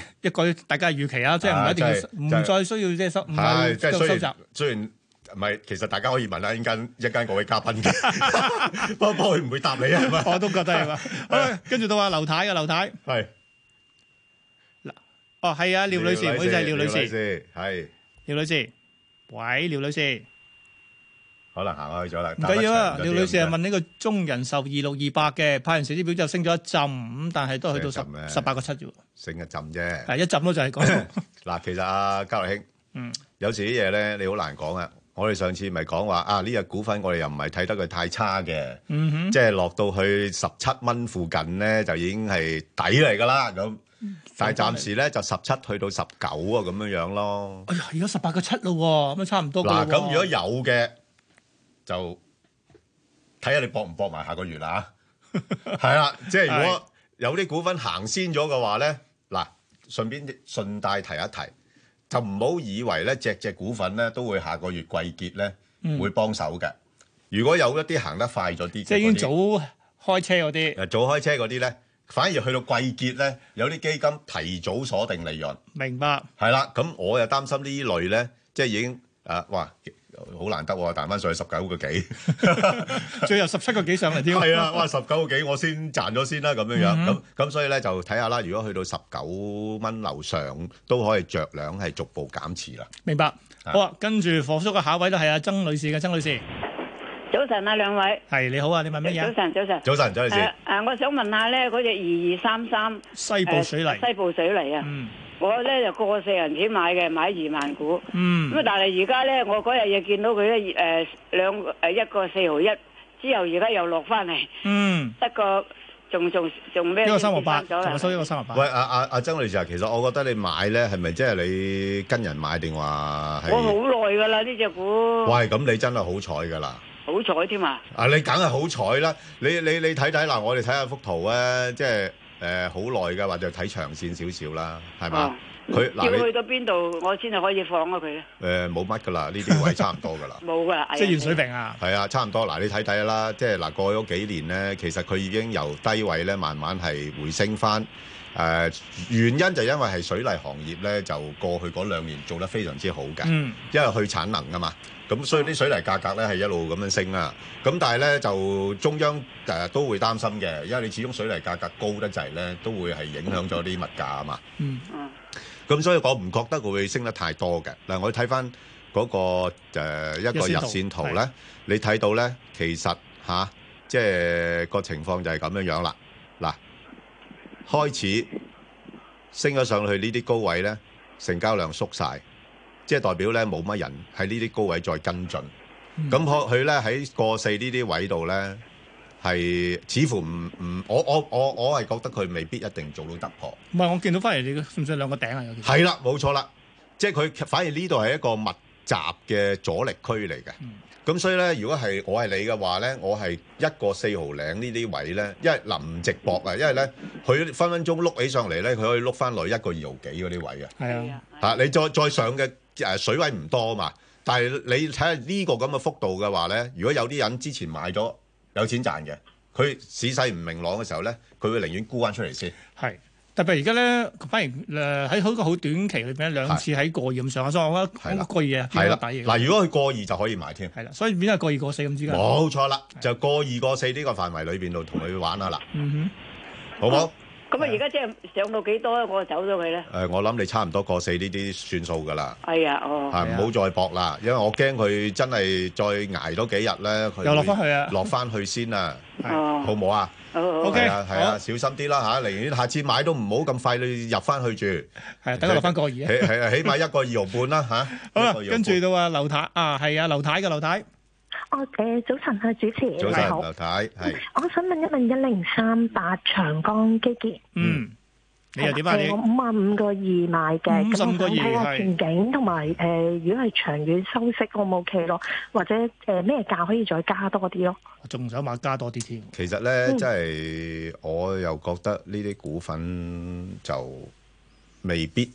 改 一改大家嘅預期啊，即係唔一定
啊真係
要唔
真係
再需要即係收唔
係，即
係
係
收
雖
收集
然。雖然唔係，其實大家可以問啦，一間一間嗰位嘉 賓嘅，不過佢唔會答你啊係嘛。
我都覺得係嘛。好啦跟住到阿劉太嘅劉太，
係
哦係啊，廖女士，唔好意思係廖
廖
女
女
士，
士係
廖女士，喂，廖女士，
可能行開咗啦，
唔緊要
答，
啊
得長
廖
咗啲
女士係
咁
問呢個中人壽二六二八嘅派人成績表就升咗一浸，咁但係都係去到
升一浸咧
十十八個七啫喎，
升一浸啫。
係一浸咯就係講，
嗱，其實啊，嘉樂兄，
嗯，
有時啲嘢咧，你好難講啊。我哋上次咪講話啊，呢只股份我哋又唔係睇得佢太差嘅，
嗯哼
即係落到去十七蚊附近咧，就已經係底嚟㗎啦。咁，但係暫
嗯
時咧就十七去到十九啊，咁樣樣咯。
哎呀，而家十八個七咯喎，咁啊差唔多㗎啦
嗱，
喎
咁如果有嘅，就睇下你搏唔搏埋下個月啦。 係啦，即係如果有啲股份行先咗嘅話咧，嗱，順便順帶提一提，就唔好以為咧隻隻股份咧都會下個月季結咧
嗯
會幫手嘅。如果有一啲行得快咗啲嘅嗰啲，
即係已經早開車嗰啲，
誒早開車嗰啲咧，反而去到季結咧，有啲基金提早鎖定利潤。
明白。
係啦，咁我又擔心呢類咧，即係已經啊，哇，好難得喎，彈翻上去十九個幾，
最後十七個幾上嚟添。
係啊，哇，十九個幾我先賺咗先啦，咁樣樣，
嗯
咁咁、所以咧就睇下啦，如果去到十九蚊樓上，都可以着量係逐步減持啦。
明白。好啊，跟住火叔嘅下一位都係阿啊曾女士嘅，曾女士
早晨啊，兩位。
係你好啊，你問乜嘢
早
啊？
晨，早晨。啊
早晨早晨
誒誒，我想問下咧，嗰只二二三三
西部水泥
西部水泥啊。我咧就過四人錢買嘅，買二萬股。
嗯
咁啊但係而家咧，我嗰日嘢見到佢咧，誒兩誒一個四毫一，之後而家又落翻嚟，
嗯，
得個仲仲仲咩？
一個三毫八，
跌返
同
咗啊
埋
啦。
收一個三毫八。
喂，阿阿阿曾女士啊，其實我覺得你買咧係咪即係你跟人買定話
我好啊
係？
耐㗎啦，呢只股。
喂，咁你真係好彩㗎啦！
好彩添啊！
啊，你梗係好彩啦！你你你睇睇嗱，我哋睇下幅圖咧，即係誒好耐嘅，或者睇長線少少啦，係嘛
哦？
佢
要
嗱
去
你
到邊度我先至可以放咗佢咧？，
誒冇乜噶啦，呢啲位差唔多噶啦
冇㗎啦，哎呀
即係原水平啊！
係啊，差唔多嗱，你睇睇啦，即係嗱過咗幾年咧，其實佢已經由低位咧慢慢係回升翻。誒、原因就因為係水泥行業咧，就過去嗰兩年做得非常之好嘅。
嗯
因為去產能啊嘛，咁所以啲水泥價格咧係一路咁樣升啦。咁但係咧就中央誒、呃都會擔心嘅，因為你始終水泥價格高得滯咧，都會係影響咗啲物價啊嘛。
嗯
咁所以我唔覺得佢會升得太多嘅。嗱，我睇翻嗰個、呃、一個
日
日
線
線
圖
圖咧，你睇到咧，其實吓、即係個情況就係咁樣樣啦。嗱，開始升咗上去呢啲高位咧，成交量縮晒，即係代表咧冇乜人喺呢啲高位再跟進。咁佢佢咧喺過四呢啲位度咧，係似乎唔唔，我我我我係覺得佢未必一定做到突破。
唔係，我見到翻嚟你信唔信兩個頂啊？有見到
係啦，，冇錯啦，即係佢反而呢度係一個密集嘅阻力區嚟嘅。
嗯
咁、所以咧，如果係我係你嘅話咧，我係一個四毫零呢啲位咧，因為臨直博啊，因為咧佢分分鐘碌起上嚟咧，佢可以碌翻落去一個二毫幾嗰啲位嘅。
係啊，
嚇、你再再上嘅誒水位唔多啊嘛，但係你睇下呢個咁嘅幅度嘅話咧，如果有啲人之前買咗有錢賺嘅，佢市勢唔明朗嘅時候咧，佢會寧願沽翻出嚟先。
係。特別而家咧，反而呃誒喺好個好短期裏邊咧，兩次喺過二咁上下，所以我覺得嗰個過二啊，
係啦，
邊個抵嘅
嗱，如果佢過二就可以買添。
係啦，所以變咗係過二過四咁之間。
冇錯啦，就過二過四呢個範圍裏邊度同佢玩下啦，
嗯
好冇？
咁啊，而家即係上到幾多我走咗佢咧？
誒，我諗你差唔多過四呢啲算數㗎啦。
哎呀，哦，
嚇唔好再搏啦，因為我驚佢真係再捱多幾日咧，佢
又落返去啊
會落翻去先啊，
哦
好唔好啊？
好好好
係啊，係啊，小心啲啦嚇，寧願下次買都唔好咁快你入翻去住。
係啊等佢落返個二啊
起係啊，起碼一個二毫半啦嚇。
好啦
一個，二毫
跟
半
住到啊劉太啊，係啊劉太嘅劉太，
哦，誒，早晨啊，主持，
早
你
晨，
好
劉。太係
我想問一問一零三八長江基建，
嗯，你又點啊
係啦
你
誒我？五啊五個二買嘅，咁
55
我想
個二
睇下
係
前景同埋誒，如果係長遠收息 O 唔 O K 咯？或者誒咩價可以再加多啲咯？
仲想買加多啲添。
其實咧，
嗯
真係我又覺得呢啲股份就未必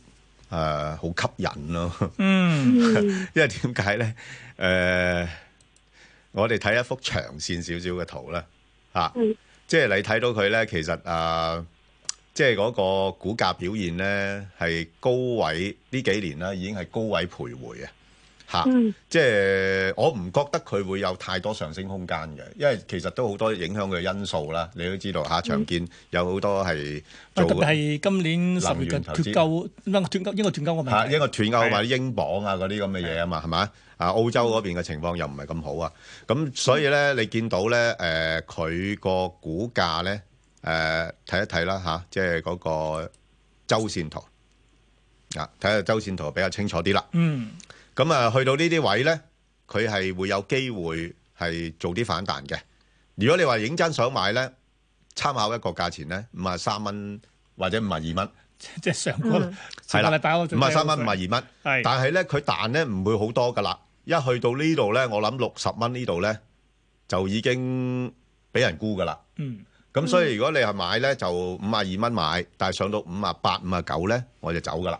誒好、吸引咯。
嗯
因為點解咧？誒、我哋睇一幅長線少少嘅圖啦，嚇、即係你睇到佢咧，其實啊，即係嗰個股價表現咧係高位呢幾年啦，已經係高位徘徊啊。嚇、
嗯
即係我唔覺得佢會有太多上升空間嘅，因為其實都好多影響佢嘅因素啦。你都知道嚇，長建有好多係
嗯特
做
別係今年十月嘅
能源投資
脱歐，啊唔係脱歐，英國脱歐嘅
嚇，
問題。
一個斷歐或者英鎊啊嗰啲咁嘅嘢啊嘛，係咪？啊，澳洲嗰邊嘅情況又唔係咁好啊，咁所以咧，你見到咧，誒佢個股價咧，誒、睇一睇啦吓，即係嗰個周線圖啊，睇下周線圖比較清楚啲啦。
嗯，
咁啊，去到呢啲位咧，佢係會有機會係做啲反彈嘅。如果你話認真想買咧，參考一個價錢咧，五啊三蚊或者五啊二蚊。
即係上個
嗯
上個禮拜我
五啊三蚊、五啊二蚊，但係咧佢彈咧唔會好多噶啦，一去到呢度咧，我諗六十蚊呢度咧就已經俾人沽噶啦。
嗯，
咁所以如果你係買咧，就五啊二蚊買，但係上到五啊八、五啊九咧，我就走噶啦，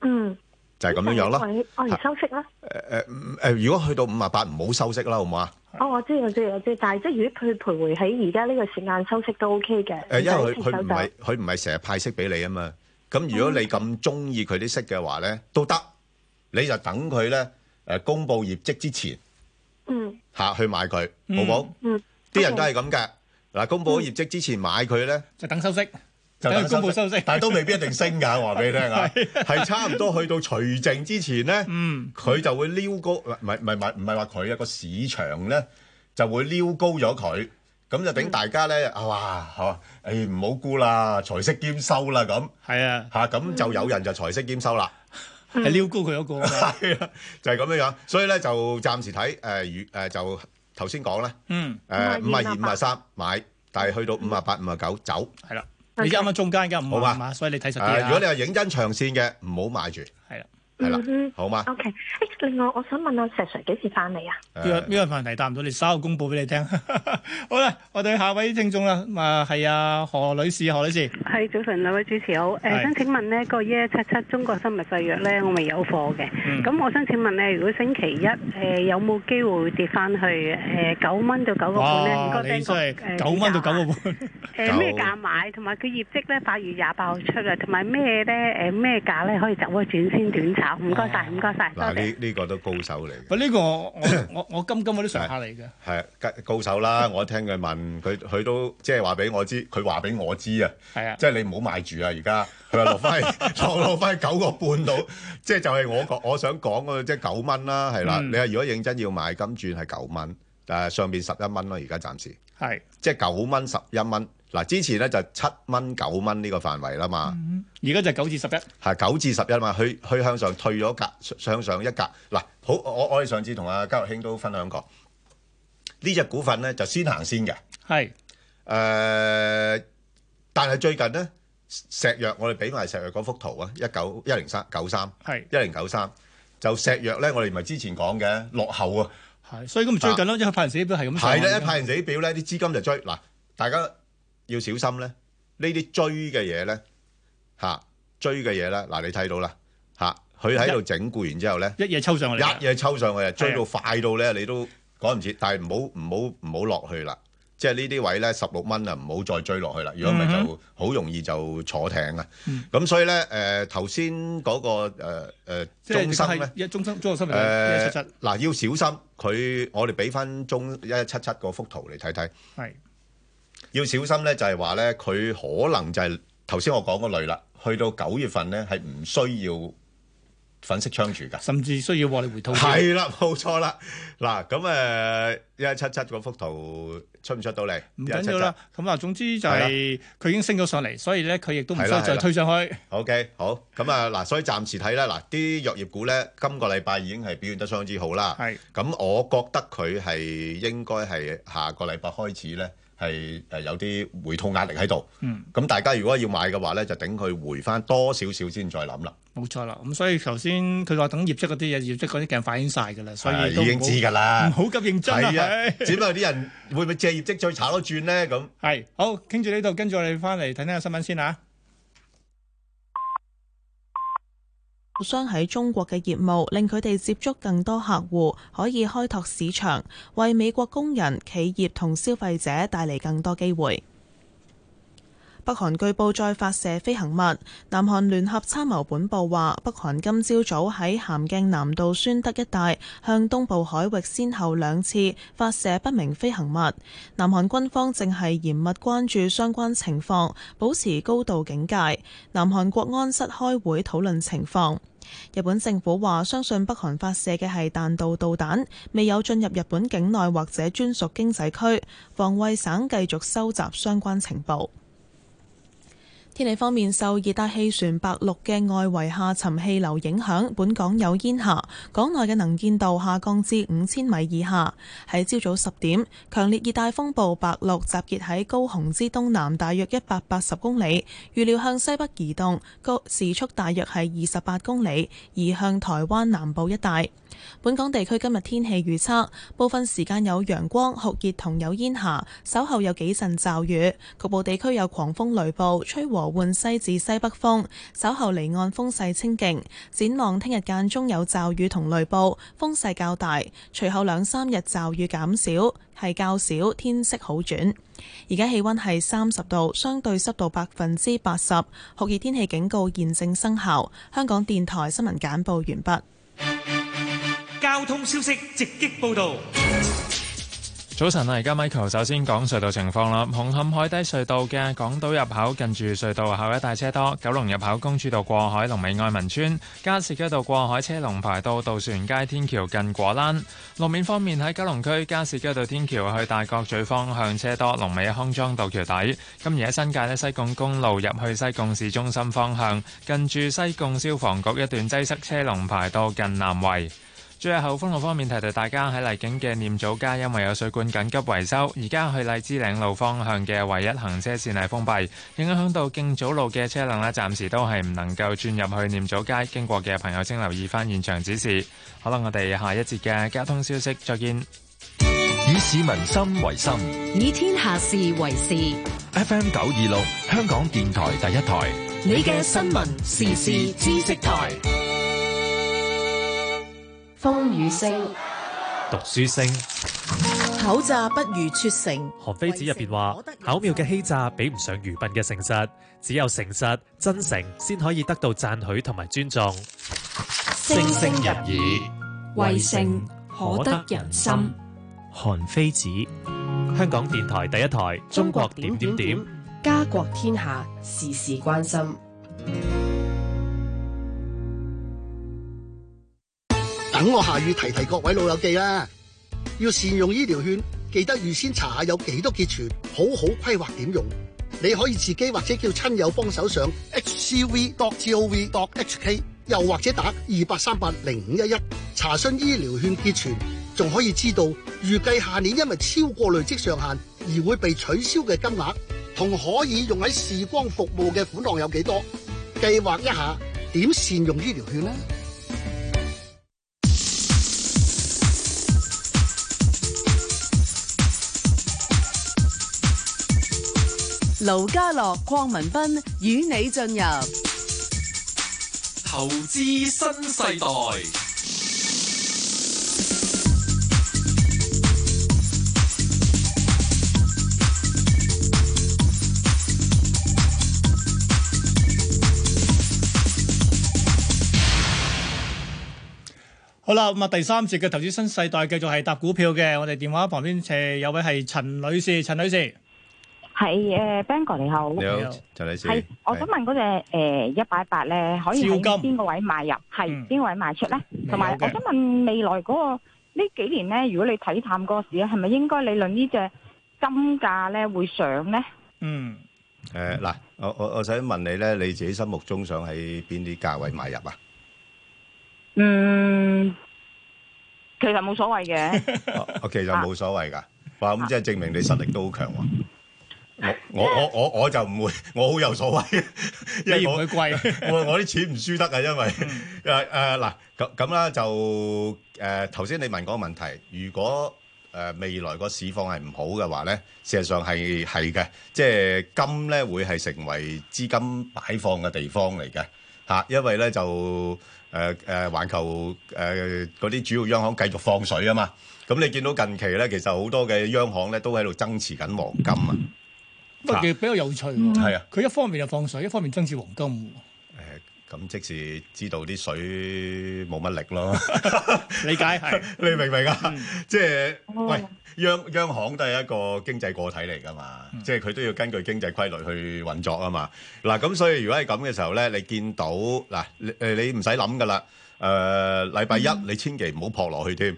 嗯，
就係咁樣樣咯。啊
我我嚟收息啦。
誒誒呃嗯誒，如果去到五啊八，唔好收息啦，好唔好啊？
哦，我知我知我知，但係即係如果佢徘徊喺而家呢個時間收息都 O K 嘅。
呃誒，因為佢
唔使嗯
佢唔
走
係佢唔係成日派息俾你啊嘛。咁如果你咁中意佢啲息嘅話咧，都得，你就等佢咧誒公佈業績之前
嗯
嚇去買佢，好唔好？
嗯，
啲人都係咁嘅。嗱，公佈業績之前買佢咧，
嗯就等收息，
就
等佢公佈收息
但係都未必一定升㗎。我話俾你聽 啊，係差唔多去到除淨之前咧，
嗯
佢就會撩高，唔係唔係唔係唔係話佢啊個市場咧就會撩高咗佢，咁就
嗯
等大家咧啊哇嚇，誒唔好沽啦，財息兼收啦咁。
係啊，
嚇咁就有人就財息兼收啦。
嗯
係撩高佢嗰個啊嘛。
係啊，就係咁樣樣，所以咧就暫時睇誒如誒就頭先講咧。
嗯，
誒五啊二、五啊三買，但係去到五啊八、五啊九走。
係啦，你啱啱中間㗎五
好
啊
嘛
五啊，所以你睇實
誒
啲啊
如果你係認真長線嘅，唔好買住。
係啦，
係啦，
嗯
好嘛
哼。？OK，誒，另外我想問阿石 Sir 幾時翻嚟啊？
呢個呢個問題答唔到，你稍後公佈俾你聽。 好啦，我哋下位聽眾啦，咁啊係啊何女士，何女士，
係早晨，兩位主持好。誒、
係
想請問呢個一一七七中國生物製藥呢，我咪有貨嘅。咁、我想請問呢，如果星期一誒、有冇機會跌翻去誒九蚊到九個半啊呢？唔
哇，
該
你真
Ben 哥
係九蚊到九個半，
誒咩價買，同埋佢業績呢，八月廿八號出啊，同埋咩呢？誒咩價呢？可以走一轉先短炒？唔該晒，唔該晒，多
嗱，
謝。
呢呢個都高手嚟嘅。
喂，呢個我我我金金嗰啲常客嚟嘅。
係啊高手 啦，我聽佢問佢，佢都即係話俾我知，佢話俾我知啊。
係啊
即係你唔好買住啊！而家佢話落翻 落落翻九個半度，即係就係我講我想講嗰個即係九蚊啦，係啦。
嗯
你話如果認真要買金轉係九蚊，但係上邊十一蚊咯，而家暫時。
係，
即係九蚊十一蚊。嗱，之前咧就七蚊九蚊呢個範圍啦嘛，
而家就九至十一。
係九至十一嘛，去去向上退咗格，向上一格。嗱，好，我我哋上次同阿嘉樂興都分享過，呢只股份咧就先行先嘅。
係。
誒、但係最近咧，石藥我哋俾埋石藥嗰幅圖啊，一九一零三九三，
係
一零九三，就石藥咧，我哋咪之前講嘅落後啊。
係，所以咁咪追緊咯，因為派人死都係咁上
係咧，
㗎
一派人死表咧，啲資金就追。嗱，大家要小心咧，呢啲追嘅嘢咧，嚇追嘅嘢咧，嗱你睇到啦，嚇佢喺度整固完之後咧，
一夜抽上嚟
一夜抽上去啊，追到
係
快到咧，你都趕唔切。但係唔好唔好唔好落去啦，即係呢啲位咧，十六蚊啊，唔好再追落去啦。如果唔係
嗯
就好容易就坐艇啊
嗯。
咁所以咧，誒頭先嗰個誒
即
誒
係
中生咧。
一中心中學生
誒
咪一七七，
呃嗱，要小心佢，我哋俾翻中一七七嗰幅圖嚟睇睇，
係
要小心咧就係話咧，佢可能就係頭先我講嗰類啦，去到九月份咧係唔需要粉飾窗住㗎，
甚至需要獲利回吐。
係啦，冇錯啦。嗱，咁誒一七七嗰幅圖出唔出到嚟？
唔緊要啦。咁啊，總之就係佢已經升咗上嚟，所以咧佢亦都唔
係
需
啦
要再推上去。
OK，好咁啊嗱，所以暫時睇咧嗱，啲藥業股咧今個禮拜已經係表現得相當之好啦。
係
咁，我覺得佢係應該係下個禮拜開始咧係誒有啲回吐壓力喺度。
嗯，
咁大家如果要買嘅話咧，就等佢回翻多少少先再諗啦。
冇錯啦。咁所以頭先佢話等業績嗰啲嘢，業績嗰啲鏡反映晒㗎啦，所
啊
以
已
都
經
唔好
知㗎啦
唔好咁認真啊。
係啊，
係
只不過啲人會唔會借業績再炒多轉咧？咁
係好，傾住呢度，跟住我哋翻嚟睇睇下新聞先啊。
商喺中國嘅業務令佢哋接觸更多客戶，可以開拓市場，為美國工人、企業同消費者帶嚟更多機會。北韓據報再發射飛行物，南韓聯合參謀本部話，北韓今朝早喺咸鏡南道宣德一帶向東部海域先後兩次發射不明飛行物。南韓軍方正係嚴密關注相關情況，保持高度警戒。南韓國安室開會討論情況。日本政府話相信北韓發射嘅係彈道導彈，未有進入日本境內或者專屬經濟區。防衛省繼續收集相關情報。天氣方面，受熱帶氣旋白鹿嘅外圍下沉氣流影響，本港有煙霞，港內嘅能見度下降至五千米以下。喺朝早十點，強烈熱帶風暴白鹿集結喺高雄之東南大約一百八十公里，預料向西北移動，高時速大約係二十八公里，移向台灣南部一帶。本港地區今日天氣預測，部分時間有陽光、酷熱同有煙霞，稍後有幾陣驟雨，局部地區有狂風雷暴，吹和緩西至西北風，稍後離岸風勢清勁。展望聽日間中有驟雨同雷暴，風勢較大，隨後兩三日驟雨減少，係較少，天色好轉。而家氣溫係三十度，相對濕度百分之八十，酷熱天氣警告現正生效。香港電台新聞簡報完畢。
交通消息直擊報道。
早晨啊，而家 Michael 首先講隧道情況啦。紅磡海底隧道嘅港島入口近住隧道口一帶車多，九龍入口公主道過海龍尾愛民村，加士居道過海車龍排到渡船街天橋近果欄。路面方面喺九龍區加士居道天橋去大角咀方向車多，龍尾康莊道橋底。今而喺新界呢，西貢公路入去西貢市中心方向，近住西貢消防局一段擠塞車龍排到近南圍。最後封路方面，提提大家喺荔景嘅念祖街，因為有水管緊急維修，而家去荔枝嶺路方向嘅唯一行車線係封閉，影響到敬祖路嘅車輛呢，暫時都係唔能夠轉入去念祖街。經過嘅朋友請留意翻現場指示。好啦，我哋下一節嘅交通消息再見。
以市民心為心
以天下事為事。
，FM 九二六香港電台第一台，
你嘅新聞時事知識台，
風雨聲，
讀書聲，
口罩不如拙誠。
韓非子入邊話：巧妙嘅欺詐比唔上愚笨嘅誠實，只有誠實、真誠先可以得到讚許同埋尊重。
聲聲入
耳
為誠可得人心。
韓非子，香港電台第一台，中國點點點。
家國天下，事事關心。
等我下雨提提各位老友記啦，要善用醫療券，記得預先查下有幾多結存，好好規劃點用。你可以自己或者叫親友幫手上 hcv.gov.hk，又或者打二八三八零五一一查詢醫療券結存，仲可以知道預計下年因為超過累積上限而會被取消嘅金額，同可以用喺視光服務嘅款項有幾多。計劃一下點善用醫療券啦。
盧家樂、邝文斌與你進入
投資新世代，
好啦，咁啊第三節嘅投資新呃世代繼續係搭股票嘅，我哋電話旁邊斜有位係陳女士，陳女士，
係誒 b a n g o 你好，啊
你好，陳女士。
係，我想問嗰只誒一百八咧，可以喺
招
邊個位買入？係邊個位賣出咧？同埋我想問未來嗰個呢幾年咧，如果你睇淡個市咧，係咪應該理論呢只金價咧會上咧？
嗯。
誒嗱，我我我想問你咧，你自己心目中想喺邊啲價位買入 啊？
嗯，其實冇所謂嘅。
我其實冇所謂㗎。哇，咁即係證明你實力都好強喎。我我我我我就唔會， 我好有所謂，因為我貴，我 我啲錢唔輸得啊，因為誒誒嗱咁咁啦，就誒頭先你問嗰個問題，如果誒、未來個市況係唔好嘅話咧，事實上係係嘅，即係金咧會係成為資金擺放嘅地方嚟嘅嚇，因為咧就誒誒環球誒嗰啲主要央行繼續放水啊嘛，咁你見到近期咧，其實好多嘅央行咧都喺度增持緊黃金啊。
不過其實比較有趣喎。
係啊，
佢一方面就放水，一方面增持黃金喎。
咁即是知道啲水冇乜力咯，
理解係，
你明唔明啊？
嗯
即係喂，央央行都係一個經濟個體嚟噶嘛，即係佢都要根據經濟規律去運作啊嘛。嗱，咁所以如果係咁嘅時候咧，你見到嗱，你誒你唔使諗噶啦，誒禮拜一你千祈唔好撲落去添。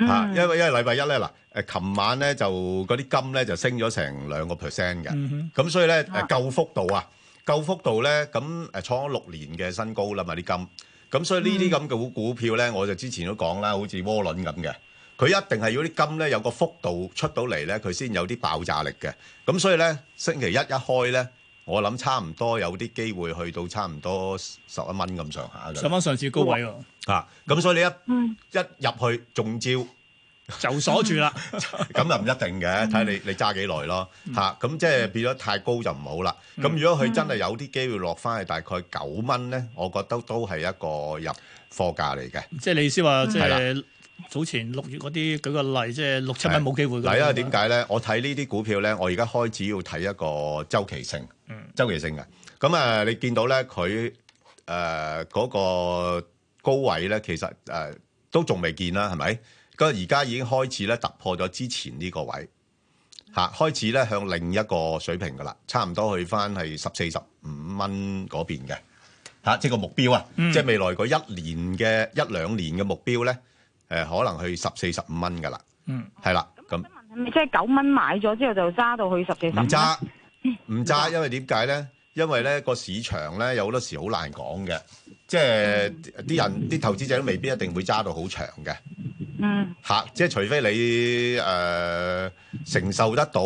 嚇，因為因為禮拜一咧嗱，誒琴晚咧就嗰啲金咧就升咗成兩個 percent 嘅
嗯，
咁所以咧誒夠幅度啊，夠幅度咧咁誒創咗六年嘅新高啦嘛啲金，咁所以呢啲
嗯
咁嘅股股票咧，我就之前都講啦，好似窩輪咁嘅。佢一定係要啲金咧有個幅度出到嚟咧，佢先有啲爆炸力嘅。咁所以咧，星期一一開咧，我諗差唔多有啲機會去到差唔多十一蚊咁上下嘅。
上翻上次高位喎。
啊，咁所以你一一入去中招
就鎖住啦，
咁又唔一定嘅，睇你你揸幾耐咯嚇。咁即係變咗太高就唔好啦。咁如果佢真係有啲機會落翻去大概九蚊咧，我覺得都係一個入貨價嚟嘅。
即係你意思話，即
係
係早前六月嗰啲，舉個例，即係六七蚊冇機會㗎。
嗱，因為點解咧？我睇呢啲股票咧，我而家開始要睇一個周期性，
嗯
周期性嘅。咁啊，你見到咧佢誒嗰個高位咧，其實誒、呃都仲未見啦，係咪？咁而家已經開始咧突破咗之前呢個位。嚇，開始咧向另一個水平噶啦，差唔多去翻係十四十五蚊嗰邊嘅嚇，即係個目標啊，
嗯
即係未來嗰一年嘅一兩年嘅目標咧，誒、可能去十四十五蚊噶啦，
嗯，
係啦，咁
係咪即係九蚊買咗之後就揸到去十四十？
唔揸唔揸，因為點解咧？因為咧個市場咧有好多時好難講嘅，即係啲人啲投資者都未必一定會揸到好長嘅。
嗯
嚇，即係除非你誒、呃承受得到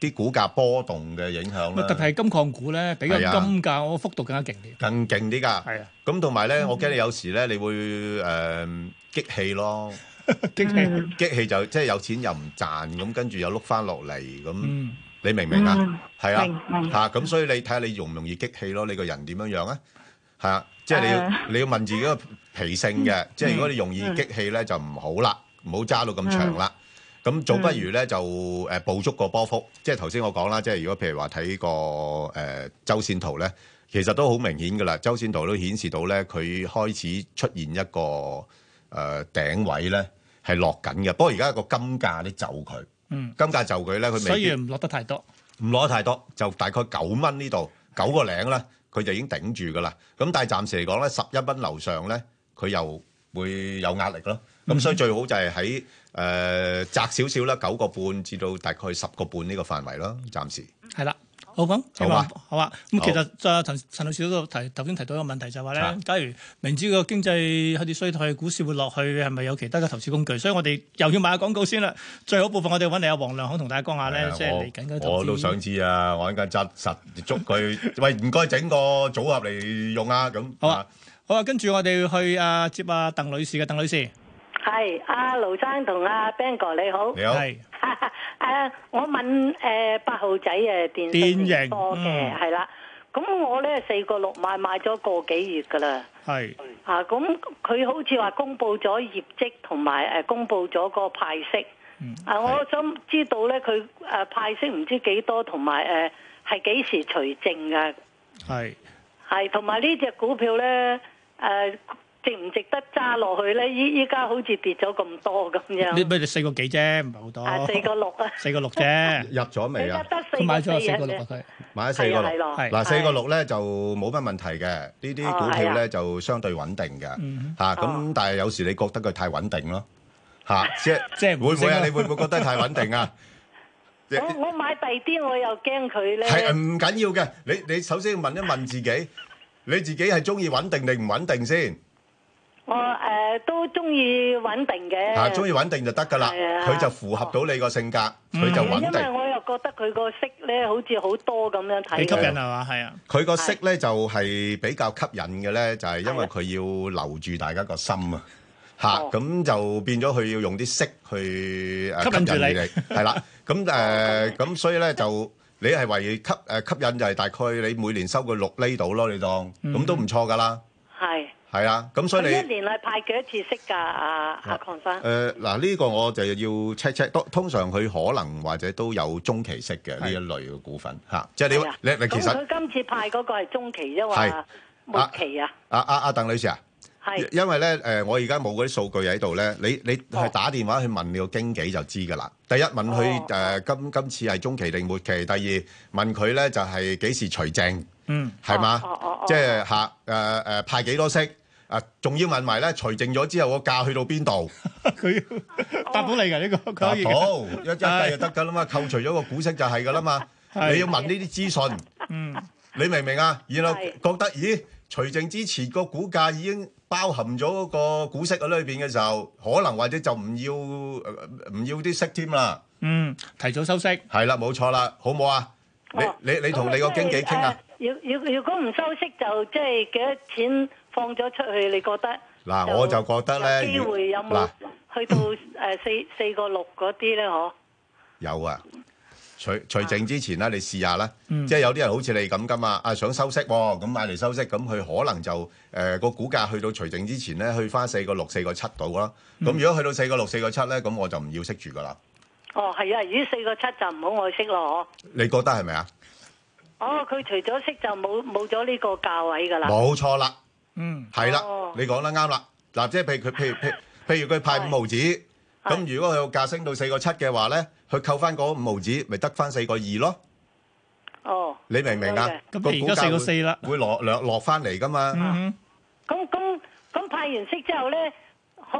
啲股價波動嘅影響
咪
啦
啊特，別係金礦股咧，比較
係啊
金價嗰個幅度更加勁啲。
更勁啲㗎。
係啊，
咁同埋咧，我驚你有時咧，你會誒、呃激氣咯，
激
嗯
氣
激氣就即係有錢又唔賺，咁跟住又碌翻落嚟，咁、
嗯
你明唔明啊
嗯？
係
明
啊，
明
嚇咁所以你睇下你容唔容易激氣咯？你個人點樣樣啊？係啊，即係你要
誒
你要問自己個脾性
嗯
嘅，即係如果你容易激氣咧，就唔好啦，唔好揸到咁長
嗯
啦。咁早不如咧就誒捕捉個波幅，即係頭先我講啦，即係如果譬如話睇個誒周線圖咧，其實都好明顯噶啦，周線圖都顯示到咧佢開始出現一個誒、呃、頂位咧係落緊嘅，不過而家個金價咧就佢，
嗯，
金價就佢咧佢
所
未
以
必
唔落得太多。
唔攞得太多，就大概九蚊呢度九個零啦，佢就已經頂住噶啦。咁但係暫時嚟講咧，十一蚊樓上咧，佢又會有壓力咯。
嗯
咁所以最好就係喺誒窄少少啦，九個半至到大概十個半呢個範圍咯，暫時。
係啦。好咁，
好啊
好啊。咁
好
其實就陳陳老師都提頭先提到一個問題，就係話咧
啊，
假如明知個經濟開始衰退，股市會落去，係咪有其他嘅投資工具？所以我哋又要買下廣告先啦。最好部分我哋揾嚟阿黃亮肯同大家講下咧，即係嚟緊嘅投資。
啊我都想知啊！我一間扎實捉佢， 喂，唔該整個組合嚟用啊！咁
好啊，好啊。跟住我哋去啊接啊鄧女士嘅，鄧女士
系阿卢生同阿 Ben 哥你好，
你好係
诶、我問诶八、號仔诶电
電
信
影
盈科嘅
嗯
係啦，咁、我咧四個六買買咗個幾月噶啦，
係
啊咁佢好似話公佈咗業績同埋诶公佈咗個派息，
嗯
啊我想知道咧佢诶派息唔知幾多，同埋诶係幾時除淨噶？
係
係同埋呢只股票咧，誒、值唔值得揸落去咧？依依家好似跌咗咁多咁
你
樣，
咪你四個幾啫，唔係好
啊
多。
四個六 啊，
四個六啫。
入咗未啊？
得四
佢買咗
個
有
四
四
啊
個六啊，
啫。
佢
買咗四個
係
六，
啊係
嗱
咯
四個六咧就冇乜問題嘅，呢啲股票
哦係
咧
啊
就相對穩定嘅
嗯
嚇。
哦
咁但係有時你覺得佢太穩定咯嚇，即係
即係
會唔會
升
啊？
咯
你會唔會覺得太穩定啊？即係
我我買第啲我又驚佢咧，
係嗯唔緊要嘅，你你首先要問一問自己，你自己係中意穩定定唔穩定先
我誒都中意穩定
嚇？
嘅，
啊中意穩定就得㗎啦，
係啊嗯
佢就符合到你個性格，佢就穩
因為
定。
我又覺得佢個息咧好似好多咁樣睇，
幾吸引係嘛？係啊，
佢個息咧就係比較吸引嘅咧，就係因為佢要留住大家個心啊。嚇，咁就變咗佢要用啲息去誒
吸引住你
哋，係 啦。咁誒咁所以咧就你係為吸誒吸引就係大概你每年收個六厘到咯，你當咁都唔錯㗎啦。
係。
係啊，咁所以
佢一
你啊呃
年係派幾多次息㗎？阿阿邝生，
誒嗱呢個我就要 check check，通通常佢可能或者都有中期息嘅呢一類嘅股份嚇，即係
係啊
你你你其
咁
實
佢今次派嗰個係中期啫
係
係
嘛，末期啊，
阿阿阿鄧女士啊。因
係
因為咧，誒、我而家冇嗰啲數據喺度咧，你你係打電話去問你個經紀就知㗎啦。第一問佢誒、今今次係中期定末期，第二問佢咧就係、幾時除證，
嗯，
係嘛？
哦哦哦
即係嚇誒誒派幾多息？啊，仲要問埋咧，除淨咗之後個價去到邊度？
答到你㗎呢個佢
答
可以
到
嘅。
一一計就得㗎啦嘛，扣除咗個股息就係㗎啦嘛。
係
你要問呢啲資訊。
嗯，
你明唔明啊？然後
係
覺得咦，除淨之前個股價已經包含咗嗰個股息喺裏邊嘅時候，可能或者就唔要呃唔要啲息添啦。
嗯，提早收息。
係啦，冇錯啦，好唔好啊？你
哦
你你同你個經紀傾啊！
呃如如如果唔收息就即係幾多錢放咗出去？你覺得
嗱，我就覺得
有
咧，
機
如
會有冇
嗱
去到誒四四個六嗰啲咧？嗬，
有啊，除除淨之前啦，你試下啦。
嗯
即係有啲人好似你咁噶嘛，啊想收息喎，咁買嚟收息，咁佢可能就誒個股價去到除淨之前咧，去翻四個六、四個七度啦。咁如果去到四個六、四個七咧，咁我就唔要息住噶啦。
哦係啊，如果四個七就唔好愛惜咯，
你覺得係咪啊？
嗬。哦，佢除咗息就冇冇咗呢個價位㗎啦。
冇錯啦，
嗯，
係啦
哦，
你講得啱啦。嗱，即係譬如佢譬如譬如譬如佢派五毫子，咁如果佢個價升到四個七嘅話咧，佢扣翻嗰五毫子，咪得翻四個二咯。
哦，
你明唔明啊？
咁
個
你
股
而家
價會
4.4啦
會落落落翻嚟噶嘛？
嗯
咁咁咁派完息之後咧，可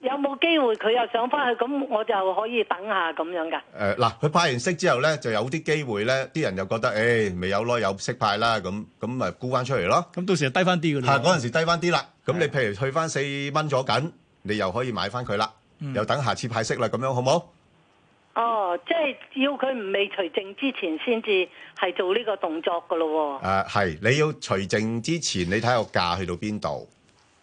有冇機會佢又上翻去？咁我就可以等下咁樣㗎。
誒嗱，佢派完息之後咧，就有啲機會咧，啲人又覺得誒未有咯，有息派啦，咁咁咪沽翻出嚟咯。
咁到時就低翻啲㗎
嚇，
啦。
嗰陣時低翻啲啦，咁你譬如去翻四蚊咗緊，你又可以買翻佢啦，又等下次派息啦，咁樣好冇？
哦，即係要佢唔未除淨之前先至係做呢個動作噶咯
誒係，你要除淨之前，你睇下個價去到邊度，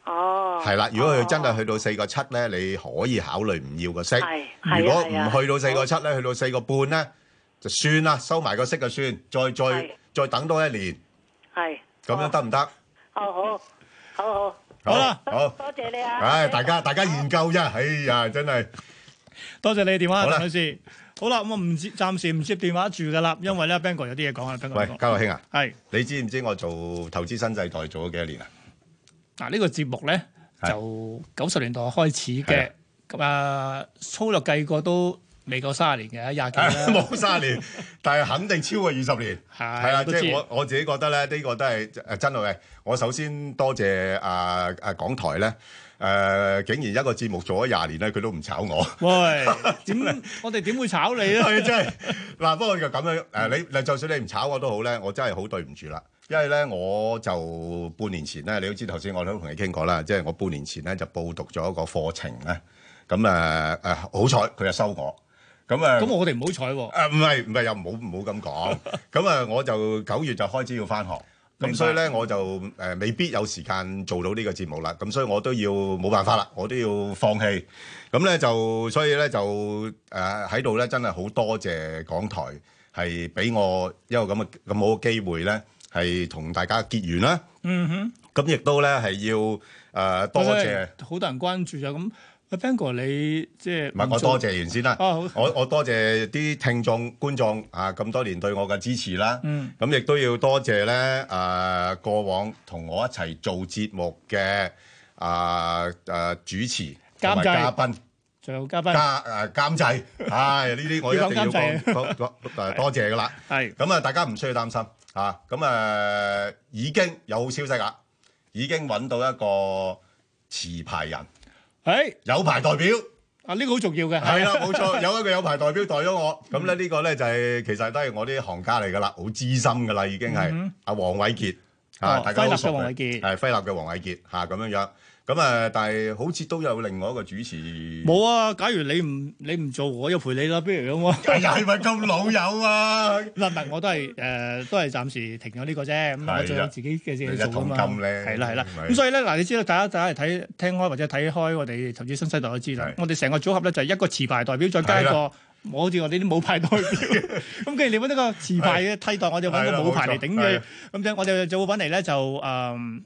喎。哦，
係啦。如果佢真係去到四個七咧，你可以考慮唔要個息。
係係啊
如果唔
係啊
去到四個七咧，去到四個半咧，就算啦，收埋個息就算，再再
係
再等多一年，
係
咁樣得唔得？
哦好，好好，
好啦，好，
多謝你啊。
唉，大家大家研究啫，哎呀，真係
多謝你電話，
好啦
鄧女士。好啦，咁我唔接，暫時唔接電話住㗎啦，因為咧 Bang 哥有啲嘢講啊，Bang 哥。
喂，嘉樂兄啊，
係
你知唔知我做投資新世代做咗幾多年啊？
嗱，呢個節目咧就九十年代開始嘅，咁啊粗略計過都未夠三十年嘅，啊廿幾啦。
冇三年，但係肯定超過二十年。
係
係啦，
都
即
知
係我我自己覺得咧，呢個都係誒真係。我首先多謝啊啊港台咧，誒竟然一個節目做咗廿年咧，佢都唔炒我。
喂，點我哋點會炒你啊
係
咧？
真係 嗱，不過就咁樣誒，你你就算你唔 炒我都好咧，我真係好對唔住啦。因為咧，我就半年前咧，你都知頭先我都同你傾過啦，即係我半年前咧就報讀咗一個課程咧，咁誒誒好彩佢就收我，咁誒。
咁我哋唔好彩
誒
喎。
唔係唔係又唔好唔好咁講，咁啊我就九月就開始要翻學，
明白
咁所以咧我就誒、呃未必有時間做到呢個節目啦，咁所以我都要冇辦法啦，我都要放棄，咁咧就所以咧就誒喺度咧真係好多謝港台係俾我一個咁嘅咁好嘅機會咧，係同大家結緣啦，
嗯哼，
咁亦都咧係要誒、呃多謝。
好多人關注啊。咁阿 Bang 哥你即係
唔係，我多謝完先啦。
哦好
我我多謝啲聽眾、觀眾啊，咁多年對我嘅支持啦。
嗯
咁亦都要多謝咧誒、呃過往同我一齊做節目嘅誒、啊啊主持
監製
同埋嘉賓。
仲有嘉
監
賓。
誒啊監 製，唉呢啲我一定要
要講
講
監製
講 講誒多謝噶啦。
係
咁啊，大家唔需要擔心啊。咁誒已經有消息啦，已經揾到一個持牌人，
係
有牌代表。
啊，呢、個好重要嘅。
係 啦，冇錯，有一個有牌代表代咗我。咁咧呢個咧就係其實都係我啲行家嚟噶啦，好資深噶啦，已經係
嗯
阿黃偉傑啊，
哦
大家都熟
輝立嘅黃
傑，
偉
係輝立嘅黃偉傑嚇咁樣樣。咁誒，但係好似都有另外一個主持。
冇啊！假如你唔你唔做，我又陪你啦，不如咁啊！
哎呀係咪咁老友啊？
唔係唔係，我都係誒、呃都係暫時停咗呢個啫。
係
咁
啊
我仲有自己嘅嘢做啊嘛。
一桶金咧
係啦係啦。
咪
咁所以咧嗱，你知道大家大家係睇聽開或者睇開我哋投資新世代都知啦。我哋成個組合咧就係一個持牌代表，再加一
係
個
啦
我好似我哋啲冇牌 代表。咁既然你揾一個持牌嘅替代，我哋揾
係
個
啦
冇牌嚟頂
冇錯係
佢
啊。
咁就我哋就會揾嚟咧就誒。嗯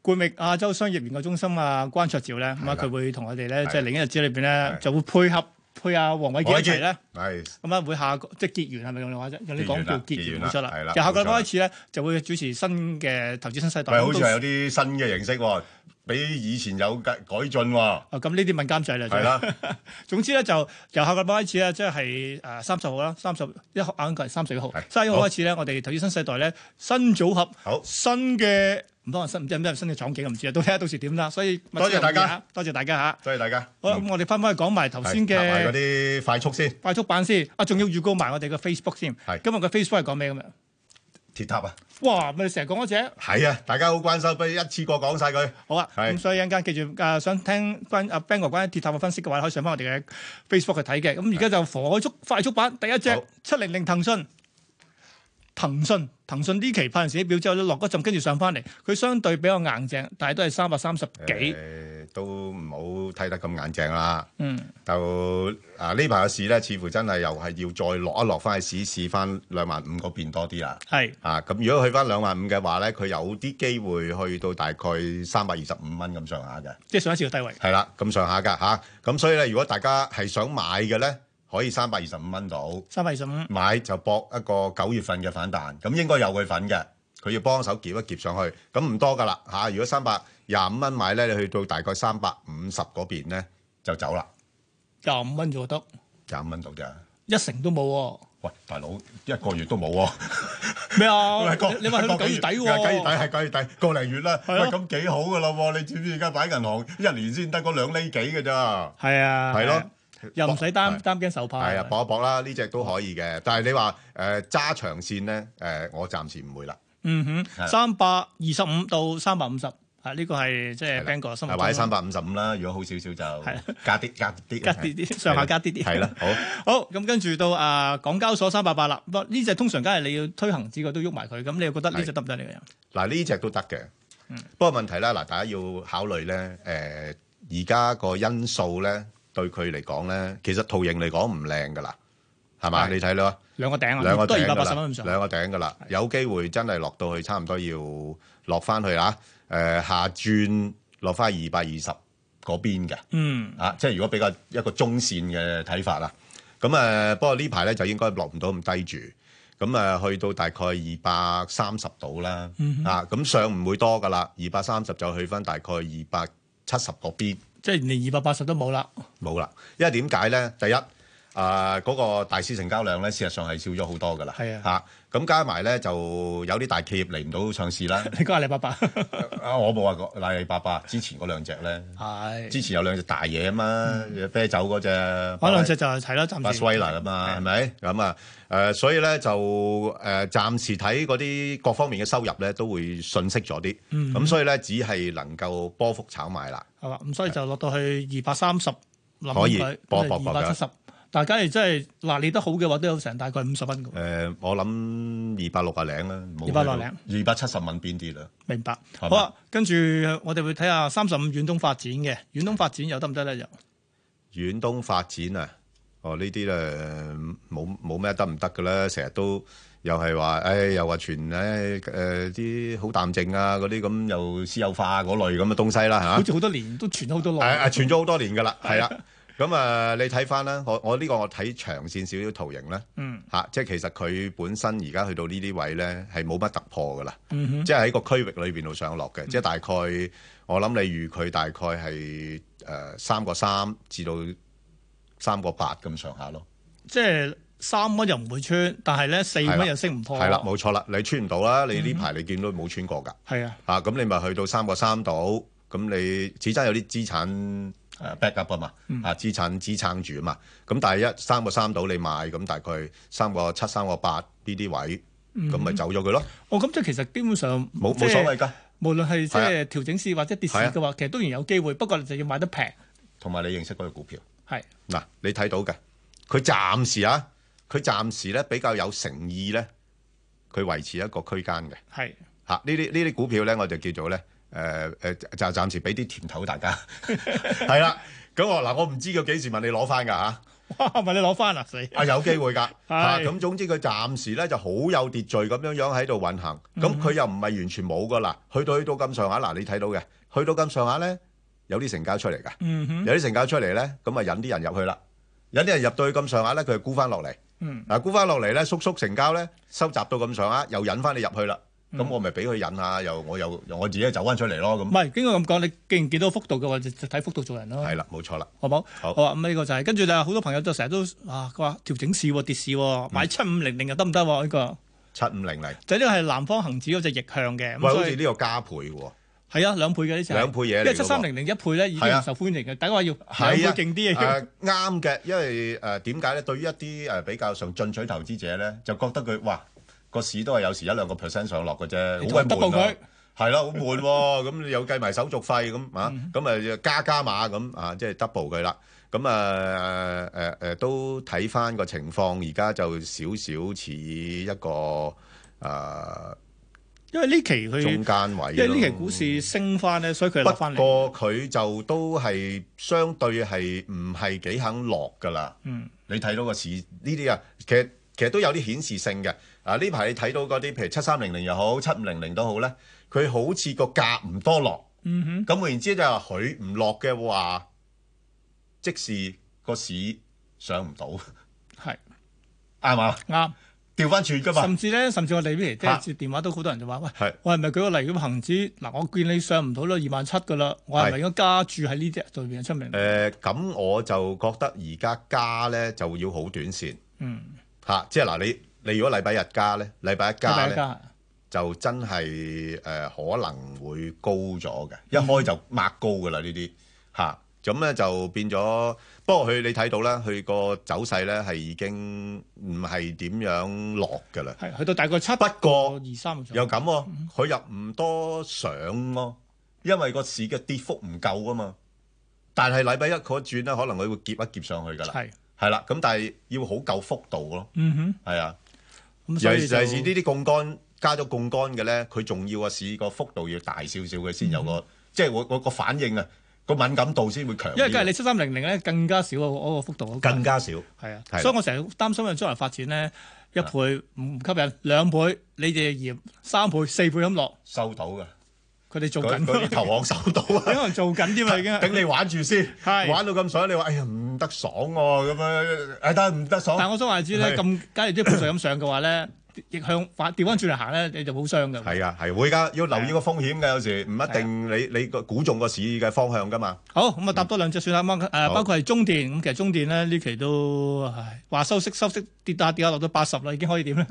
冠域亞洲商業研究中心啊，關卓照咧，咁啊佢會同我哋咧，即係另一日子裏邊咧，就會配合配阿黃偉傑一齊咧。
係
咁啊，會下個即係結緣係咪用話啫？用你
結
講
緣啦
叫結
結
緣
緣
冇
啦
錯啦
係。啦
由下個禮拜
冇錯
開始咧，就會主持新嘅投資新世代。
喂，好似
到
係有啲新嘅形式喎，比以前有改改進喎。
啊，咁呢啲問監制啦。
係啦，
總之咧就由下個禮拜開始咧，即係誒三十號啦，三十一號啱嘅三十一號，三十一號
好
開始咧，我哋投資新世代咧新組合，
好
新嘅唔多人新唔知有咩新嘅廠景唔知啊，到睇下到時點啦。所以密
多
切
謝大
留意下
家，
多謝大家嚇。
多謝大家。
好啦，咁我哋翻返去講埋頭先
係拍埋嗰
嘅
啲快速先，
快速版先，啊，仲要預告埋我哋嘅 Facebook 先。今日嘅 Facebook 係講咩咁樣？
鐵塔啊，
哇！咪你成日講嗰只。
係啊，大家好關心，不如一次過講晒佢。
好啊，
係
咁所以一陣間記住，誒、想聽關阿 Bang 哥關於鐵塔嘅分析嘅話，可以上翻我哋嘅 Facebook 去睇嘅。咁而家就火速快速版第一隻七零零騰訊，騰訊騰訊呢期派完時表之後咧落嗰陣，跟住上翻嚟，佢相對比較硬淨，但係都係三百三十幾。
誒都唔好睇得咁眼淨啦。
嗯，
就啊呢排嘅市咧，似乎真係又係要再落一落翻去試試翻兩萬五嗰邊多啲啦。
係
啊，咁如果去翻兩萬五嘅話咧，佢有啲機會去到大概三百二十五蚊咁上下嘅。
即係上一次嘅低位。
係啦，咁上下㗎嚇。咁、所以咧，如果大家係想買嘅咧，可以三百二十五蚊到
三百二十五。
買就搏一個九月份嘅反彈，咁應該有佢份嘅。佢要幫手夾一夾上去，咁唔多㗎啦嚇。如果三百廿五蚊買咧，你去到大概三百五十嗰邊咧就走啦，
廿五蚊就得，
廿五蚊到咋。
一成都冇喎、
喂，大佬一個月都冇喎、
咩啊
喂個？
你話去到
個
九月底喎、
九月底係九月底個零月啦。
係
喂，
咯
咁幾好㗎啦喎！你知唔知而家擺銀行一年先得嗰兩厘幾㗎咋？
係
係
啊，係啊
咯，
又唔使擔擔驚受怕。
係啊，搏一搏啦，呢只都可以嘅。但係你話誒揸長線咧，誒、我暫時唔會啦，
嗯哼，
係
三百二十五到三百五十，啊呢個係即係 Bang 哥心目
係
中
或者三百五十五啦。如果好少少就加啲加啲
加啲啲上下加啲啲
係啦，好
好，咁跟住到啊港交所三百八啦，不過呢只通常梗係你要推行指個都喐埋佢，咁你又覺得呢只得唔得呢個嗯人？
嗱呢只都得嘅。不過問題啦，嗱大家要考慮咧，誒而家個因素咧對佢嚟講咧，其實圖形嚟講唔靚㗎啦，係嘛？
係
你睇啦。
兩個頂啊，
兩個
都係
頂
二
㗎
百八十蚊咁
啦，
上下。
兩個頂㗎啦，有機會真係落到去差唔多要落翻去啦。誒、下轉落翻二百二十嗰邊嘅，
嗯，
啊，即係如果比較一個中線嘅睇法啦。咁誒、呃不過呢排咧就應該落唔到咁低住，咁誒、呃去到大概二百三十度啦，
嗯哼
啊，咁上唔會多㗎啦，二百三十就去翻大概二百七十嗰邊。
即係連二百八十都冇啦。
冇啦，因為點解咧？第一，啊嗰、個大市成交量咧，事實上係少咗好多噶啦。
係啊
嚇咁、加埋咧就有啲大企業嚟唔到上市 啦。
你講下李伯伯，
啊，我冇話過阿里巴巴之前嗰兩隻咧，
係
之前有兩隻大嘢啊嘛，啤酒嗰隻，
嗰嗯哦兩隻就係係啦，暫
巴
時。
斯威拿啊嘛，係咪？咁啊，誒、所以咧就誒、暫時睇嗰啲各方面嘅收入咧都會遜息咗啲，咁、
嗯
所以咧只係能夠波幅炒賣啦。
係嘛？咁所以就落到去二百三十，諗
可以
佢
搏一搏
二
搏
百
㗎
七十。但係啊假如真係嗱，你得好嘅話，都有成大概五十蚊㗎
誒、。我諗二百六啊零啦，
260
二百七十蚊邊啲啦。
明白。好
係嘛
啊，跟住我哋會睇下三十五遠東發展嘅，遠東發展又得唔得咧？又
啊遠東發展啊，哦呢啲咧冇冇咩得唔得嘅啦，成日都又係話，誒、又話傳誒誒啲好淡靜啊嗰啲咁，又私有化嗰類咁嘅東西啦嚇。
好似好多年都傳咗好多
係啊，
耐。
傳咗好多年㗎啦，係啦。咁啊，你睇翻啦，我我呢個我睇長線少少圖形啦，
嗯
嚇、即係其實佢本身而家去到呢啲位咧，係冇乜突破噶啦，
嗯哼嗯
即係喺個區域裏邊度上落嘅，即係大概我諗你預佢大概係誒三個三至到三個八咁上下咯。
即係三蚊又唔會穿，但係咧四
係啦
蚊又升唔破。啊
係啦，冇錯啦，你穿唔到啦，你呢
哦嗯
排你見到冇穿過㗎。
係啊，
啊，咁你咪去到三個三度，咁你始終有啲資產誒 back up 啊嘛，
嗯
啊資產支撐住啊嘛，咁但係一三個三度你買，咁大概三個七、三個八呢啲位，咁咪
嗯
走咗佢咯，
哦，咁即係其實基本上
冇
即
冇
係
所謂㗎。
無論係即
係啊
係調整市或者跌市嘅話，其實當然有機會，不過你就要買得平。
同埋你認識嗰只股票，
係
嗱你睇到嘅，佢暫時啊，佢暫時咧比較有誠意咧，佢維持一個區間嘅。
係
嚇呢啲呢啲股票咧，我就叫做咧誒誒，就暫時俾啲甜頭大家， 係 啦。咁我嗱，我唔知佢幾時問你攞翻㗎嚇，
哇！咪你攞翻啊死！
啊有機會㗎嚇。啊
係
咁、總之佢暫時咧就好有秩序咁樣樣喺度運行，咁佢又唔係完全冇㗎啦。去到去到咁上下，嗱你睇到嘅，去到咁上下咧有啲成交出嚟㗎。
嗯哼，
有啲成交出嚟咧，咁啊引啲人入去啦，引啲人入到去咁上下咧，佢就沽翻落嚟。
嗯
嗱，沽翻落嚟咧，縮縮成交咧，收集到咁上下，又引翻你入去啦。咁我咪俾佢引下，又我又又我自己走翻出嚟咯。
唔
咁
係應該咁講，你既然見到幅度嘅話，就就睇幅度做人咯。
係啦，冇錯啦。
好冇？
好
啊，咁呢個就係跟住就好多朋友就成日都啊，佢話調整市喎跌市喎，買七五零零又得唔得喎？呢個
嗯七五零零，
就呢個係南方恒指嗰只逆向嘅，
喂，
咁
好
所
似
以
呢個加倍喎。
係啊兩倍嘅呢只係，
兩倍嘢嚟㗎喎
因為七三零零一倍咧已經
係啊
唔受歡迎嘅，大家話要
係
兩倍勁啲
啊
嘅，
誒啱嘅，因為誒點解咧？對於一啲誒比較上進取投資者咧，就覺得佢哇個市都係有時一兩個 percent 上落嘅啫，好
你
鬼
同佢
悶
double
啊
佢！
係啦，好悶 喎，咁你又計埋手續費咁啊，
嗯
咁啊加加碼咁啊，即係 double 佢啦。咁啊誒誒都睇翻個情況，而家就少少似一個誒
因為呢期佢
中間位咯。
因為呢期股市升翻咧，所以佢
不
落翻嚟。
過佢就都係相對係唔係幾肯落㗎啦。
嗯，
你睇到個市呢啲啊，其實其實都有啲顯示性嘅。啊，呢排你睇到嗰啲，譬如七三零零又好，七五零零都好咧，佢好似個價唔多落。
嗯哼，
咁換言之就係佢唔落嘅話，即使個市上唔到，
係
啱嘛？
啱。
調翻轉㗎嘛
甚至咧，甚至我哋譬如即
嚇
係接電話都好多人就話：喂
係，
我係咪舉個例咁恒指嗱？我見你上唔到啦，二萬七噶啦，我係咪應該加注喺呢只度邊出名？
誒，咁、我就覺得而家加咧就要好短線。
嗯，
嚇、即係嗱，你你如果禮拜日加咧，禮拜一加
禮拜一
咧
加，
就真係誒、呃可能會高咗嘅，一
嗯
開就抹高噶啦呢啲嚇，咁、咧就變咗。不過佢你睇到啦，佢個走勢咧係已經唔係點樣落噶啦，
係去到大概七
不過
二三嗯嘅時候
又咁喎、佢又唔多上咯、因為個市嘅跌幅唔夠啊嘛。但係禮拜一嗰轉咧，可能佢會夾一夾上去噶啦，
係
係啦，咁但係要好夠幅度咯，
嗯哼，
係啊。
咁所
尤
以
其是
就
呢啲槓桿加咗槓桿嘅咧，佢仲要個市個幅度要大少少嘅先有個，即係我我個反應啊，個敏感度先會強啲。
因為梗係你七三零零咧更加少啊嗰個幅度，
更加少，
係啊
係，啦啊
所以我成日擔心嘅將來發展咧，一倍唔唔吸引，兩倍你哋嫌三倍四倍咁落，
收到嘅，
佢哋做
佢
緊，
佢啲投行收 到
可能
啊。
做 緊添啦已經。
等你玩住先，
係
玩到咁爽，你話哎呀唔得爽喎咁樣，誒但係唔得爽。
但係我想話你知咧，
係
咁假如啲盤上咁上嘅話咧， 逆向反調翻轉嚟行咧，你就好傷㗎。
係啊係會㗎，要留意個風險㗎，有時唔一定你你個估中個市嘅方向㗎嘛。
好，咁啊搭多兩隻算啦。咁啊誒，
嗯好
包括係中電，咁其實中電咧呢期都唉話收息收息跌下跌下落到八十啦，已經可以點咧？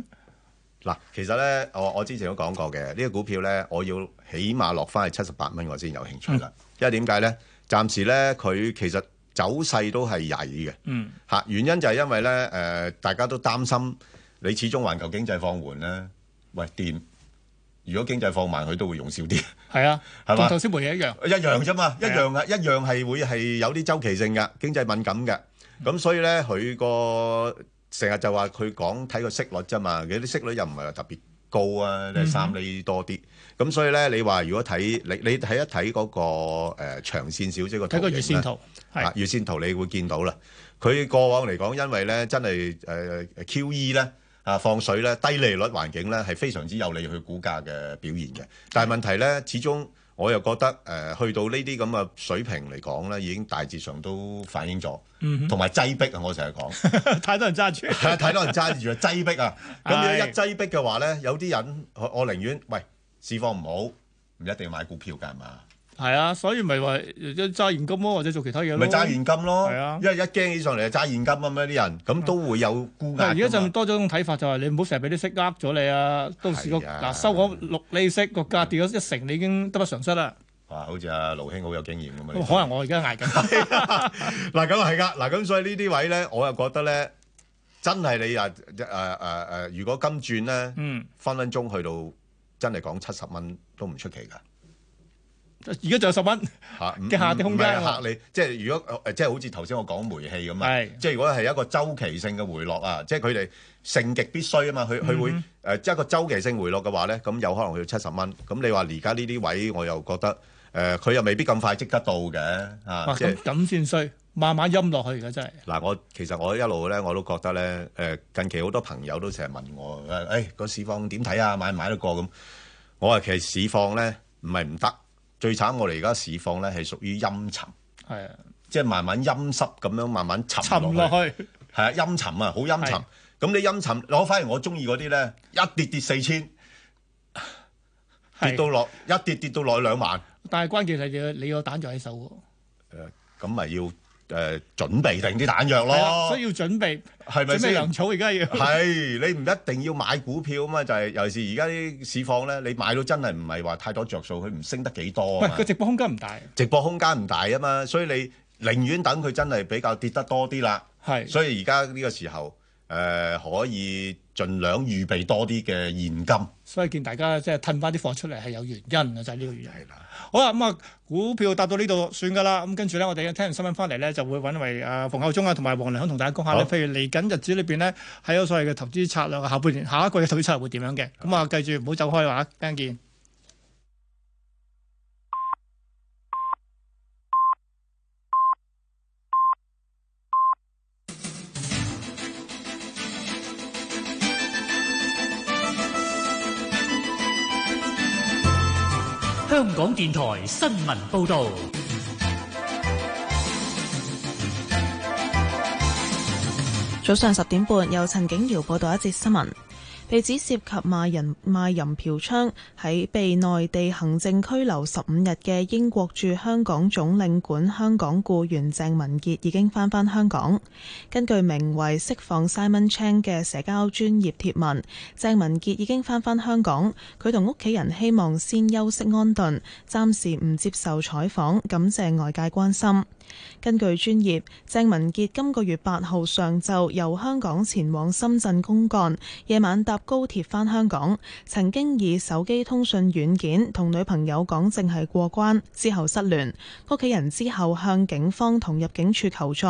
嗱，其實咧，我我之前都講過嘅，呢、個股票咧，我要起碼落翻去七十八蚊，我先有興
嗯
趣啦。因為點解咧？暫時咧，佢其實走勢都係曳嘅
嗯，
嚇，原因就係因為咧，誒、大家都擔心你始終環球經濟放緩咧，喂電，如果經濟放慢，佢都會用少啲。
係啊，
係嘛
同頭先回嘢一樣。
一樣啫嘛，一
係啊
樣啊，一樣係會係有啲周期性嘅經濟敏感嘅。咁所以咧，佢個成日就話佢講睇個息率啫嘛，佢啲息率又唔係話特別高啊，你
嗯哼
三厘多啲。咁所以咧，你話如果睇你你睇一睇嗰個誒長線少少個圖
睇個
形
月
呢
線圖，
啊
係
月線圖你會見到啦。佢過往嚟講，因為咧真係誒 QE 咧啊放水咧低利率環境咧係非常之有利佢股價嘅表現嘅。但係問題咧，始終我又覺得誒、呃去到呢啲咁嘅水平嚟講咧，已經大致上都反映咗
嗯哼，
同埋擠迫啊！我成日講。
太多人揸 住，
係啊，睇到人揸住啊，擠迫 啊！咁如
係
果一擠迫嘅話咧，有啲人我我寧願喂市況唔好，唔一定要買股票㗎係嘛，
係啊，所以咪話揸現金咯，或者做其他嘢咯，
咪揸現金咯
係啊，。嗯
因為一驚起上嚟就揸現金咁樣啲人，咁都會有沽壓
但係而
㗎
家就
嘛。
多咗一種睇法，就係你唔好成日俾啲息呃咗你啊！到時個
係啊
嗱收嗰六厘息，個價跌咗一成，你已經得不償失啦。
哇！好似阿盧兄好有經驗咁啊
可
你。
能我而家捱緊，
嗱咁係噶，嗱咁所以呢啲位咧，我又覺得咧，真係你啊誒誒誒，如果金轉咧，
嗯，
分分鐘去到真係講七十蚊都唔出奇㗎。
而家仲有十蚊。
嚇
嘅下跌空間
唔係嚇你，即係如果呃誒，即係好似頭先我講煤氣咁啊
係，
即係如果係一個周期性嘅回落啊，即係佢哋盛極必衰啊嘛，佢佢會
嗯
誒即係一個周期性回落嘅話咧，咁有可能去到七十蚊。咁你話而家呢啲位，我又覺得誒，佢又未必咁快即刻到嘅
哇！
啊，即
咁
係
咁先衰，慢慢陰落去而家真係。啊
嗱，我其實我一路咧我都覺得咧誒，近期好多朋友都成日問我誒，誒個市況點睇啊，買唔買得過咁？我話其實市況咧唔係唔得，最慘我哋而家市況咧係屬於陰沉。
係啊，
即係慢慢陰濕咁樣慢慢沉
沉落
落去，
去
係啊陰沉啊，好陰沉
係。
咁你陰沉，我反而我中意嗰啲咧，一跌跌四千，跌到落一跌跌到落去兩萬，
但係關鍵係你個你個蛋就喺手喎。
咁咪要誒、呃、準備定啲彈藥
係啦
咯
所以。要準備，
係咪
準備
先
糧草而家要。
係你唔一定要買股票啊嘛，就係、尤其是而家啲市況咧，你買到真係唔係話太多着數，佢唔升得幾多
喂
啊，嘛
個直播空間唔大。
直播空間唔大啊嘛，所以你寧願等佢真係比較跌得多啲啦。
係
所以而家呢個時候，誒、可以盡量預備多啲嘅現金。
所以見大家即係褪翻啲貨出嚟係有原因嘅，就係、呢個原因。好啦，咁啊，股票搭到呢度算㗎啦。咁跟住咧，我哋聽完新聞翻嚟咧，就會揾為啊馮厚忠啊同埋黃良響同大家講下咧，
好
譬如嚟緊日子裏邊咧，係有所謂嘅投資策略啊，下半年下一季嘅投資策略會點樣嘅。咁啊，記住唔好走開話，聽見。
香港電台新聞報道，
早上十點半，由陳景瑤報道一節新聞。被指涉及賣人賣淫嫖娼，喺被內地行政拘留十五日嘅英國駐香港總領館香港僱員鄭文傑已經返返香港。根據名為釋放 Simon Chang 嘅社交專業貼文，鄭文傑已經返返香港。佢同屋企人希望先休息安頓，暫時唔接受採訪，感謝外界關心。根據專業，鄭文傑今個月八號上晝由香港前往深圳公幹，夜晚搭高鐵返香港，曾經以手機通訊軟件同女朋友講淨係過關，之後失聯。屋企人之後向警方同入境處求助，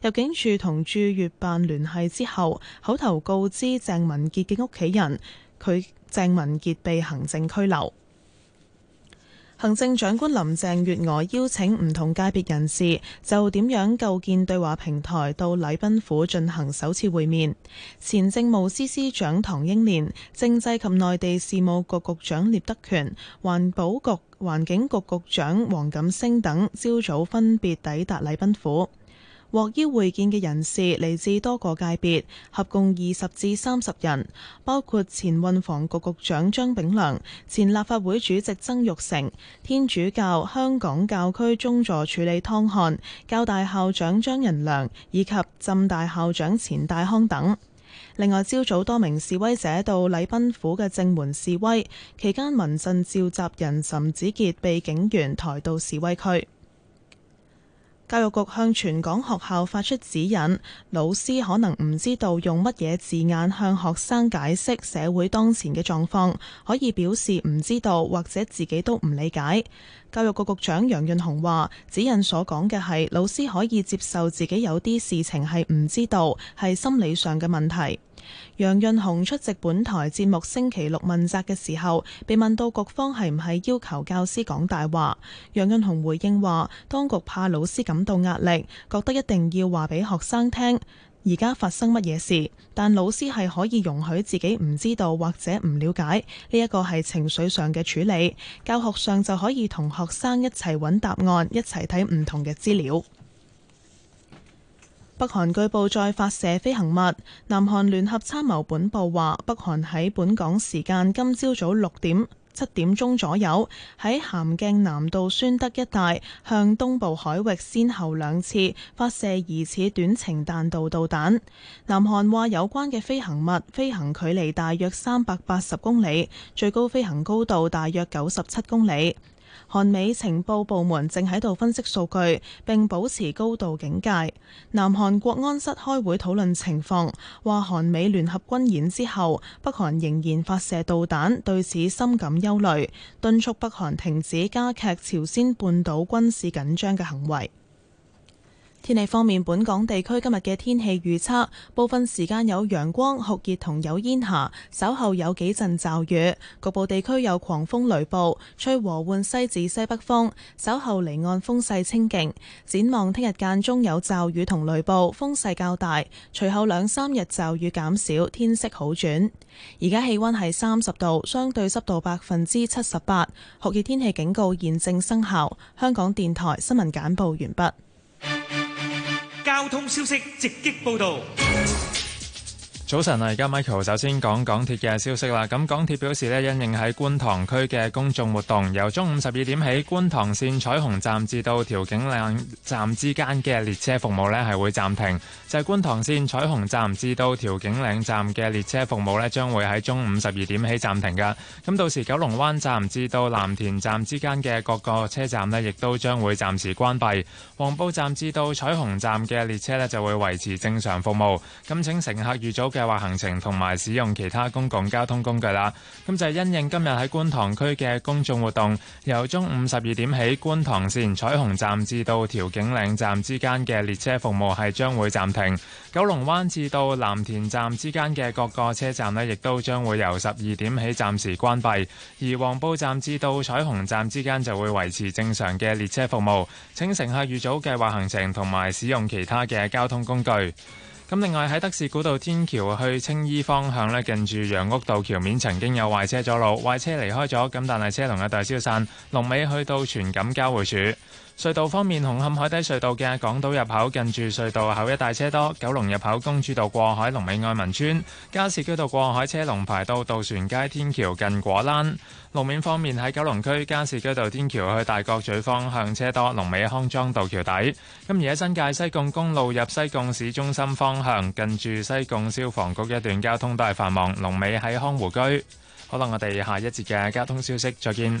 入境處同駐粵辦聯繫之後，口頭告知鄭文傑嘅屋企人，佢鄭文傑被行政拘留。行政長官林鄭月娥邀請唔同界別人士就點樣構建對話平台到禮賓府進行首次會面。前政務司司長唐英年、政制及內地事務局局長聶德權、環保局、環境局局長黃錦星等朝早分別抵達禮賓府。獲邀會見嘅人士嚟自多個界別，合共二十至三十人，包括前運房局局長張炳良、前立法會主席曾鈺成、天主教香港教區宗座處理湯漢、教大校長張仁良以及浸大校長錢大康等。另外，朝早多名示威者到禮賓府嘅正門示威，期間民陣召集人岑子傑被警員抬到示威區。教育局向全港學校發出指引，老師可能唔知道用乜嘢字眼向學生解釋社會當前嘅狀況，可以表示唔知道或者自己都唔理解。教育局局長楊潤雄話：指引所講嘅係老師可以接受自己有啲事情係唔知道，係心理上嘅問題。楊潤雄出席本台節目星期六問責嘅時候，被問到局方係唔係要求教師講大話，楊潤雄回應話：當局怕老師感到壓力，覺得一定要話俾學生聽。而家發生乜嘢事，但老師係可以容許自己唔知道或者唔了解，呢一個係情緒上嘅處理。教學上就可以同學生一齊揾答案，一齊睇唔同嘅資料。北韓據報再發射飛行物，南韓聯合參謀本部話，北韓喺本港時間今朝早六點七點鐘左右，喺咸鏡南道宣德一帶向東部海域先後兩次發射疑似短程彈道導彈。南韓話有關嘅飛行物飛行距離大約三百八十公里，最高飛行高度大約九十七公里。韓美情報部門正喺度分析數據，並保持高度警戒。南韓國安室開會討論情況，話韓美聯合軍演之後，北韓仍然發射導彈，對此深感憂慮，敦促北韓停止加劇朝鮮半島軍事緊張嘅行為。天氣方面，本港地區今日嘅天氣預測，部分時間有陽光、酷熱同有煙霞，稍後有幾陣驟雨，局部地區有狂風雷暴，吹和緩西至西北風，稍後離岸風勢清勁。展望聽日間中有驟雨同雷暴，風勢較大，隨後兩三日驟雨減少，天色好轉。而家氣溫係三十度，相對濕度百分之七十八，酷熱天氣警告現正生效。香港電台新聞簡報完畢。
交通消息直擊報道。
早晨啊，而家 Michael 首先講港鐵嘅消息啦。咁港鐵表示呢，因應喺觀塘區嘅公眾活動，由中午十二點起，觀塘線彩虹站至到調景嶺站之間嘅列車服務呢係會暫停。就係、是、觀塘線彩虹站至到調景嶺站嘅列車服務呢，將會喺中午十二點起暫停㗎。咁到時九龍灣站至到藍田站之間嘅各個車站呢，亦都將會暫時關閉。黃埔站至到彩虹站嘅列車呢，就會維持正常服務。咁請乘客預早嘅計劃行程同埋使用其他公共交通工具啦。咁就係因應今日喺觀塘區嘅公眾活動，由中午十二點起，觀塘線彩虹站至到調景嶺站之間嘅列車服務係將會暫停。九龍灣至到藍田站之間嘅各個車站呢，亦都將會由十二點起暫時關閉。而黃埔站至到彩虹站之間就會維持正常嘅列車服務。請乘客預早計劃行程同埋使用其他嘅交通工具。咁另外喺德士古道天橋去青衣方向咧，近住楊屋道橋面曾經有壞車阻路，壞車離開咗，咁但係車龍一度消散，龍尾去到荃錦交匯處。隧道方面，紅磡海底隧道嘅港島入口近住隧道口一帶車多；九龍入口公主道過海、龍尾愛民村、加士居道過海車龍排到渡船街天橋近果欄。路面方面喺九龍區加士居道天橋去大角咀方向車多，龍尾康莊道橋底。咁而喺新界西貢公路入西貢市中心方向，近住西貢消防局一段交通都係繁忙，龍尾喺康湖居。好啦，我哋下一節嘅交通消息再見。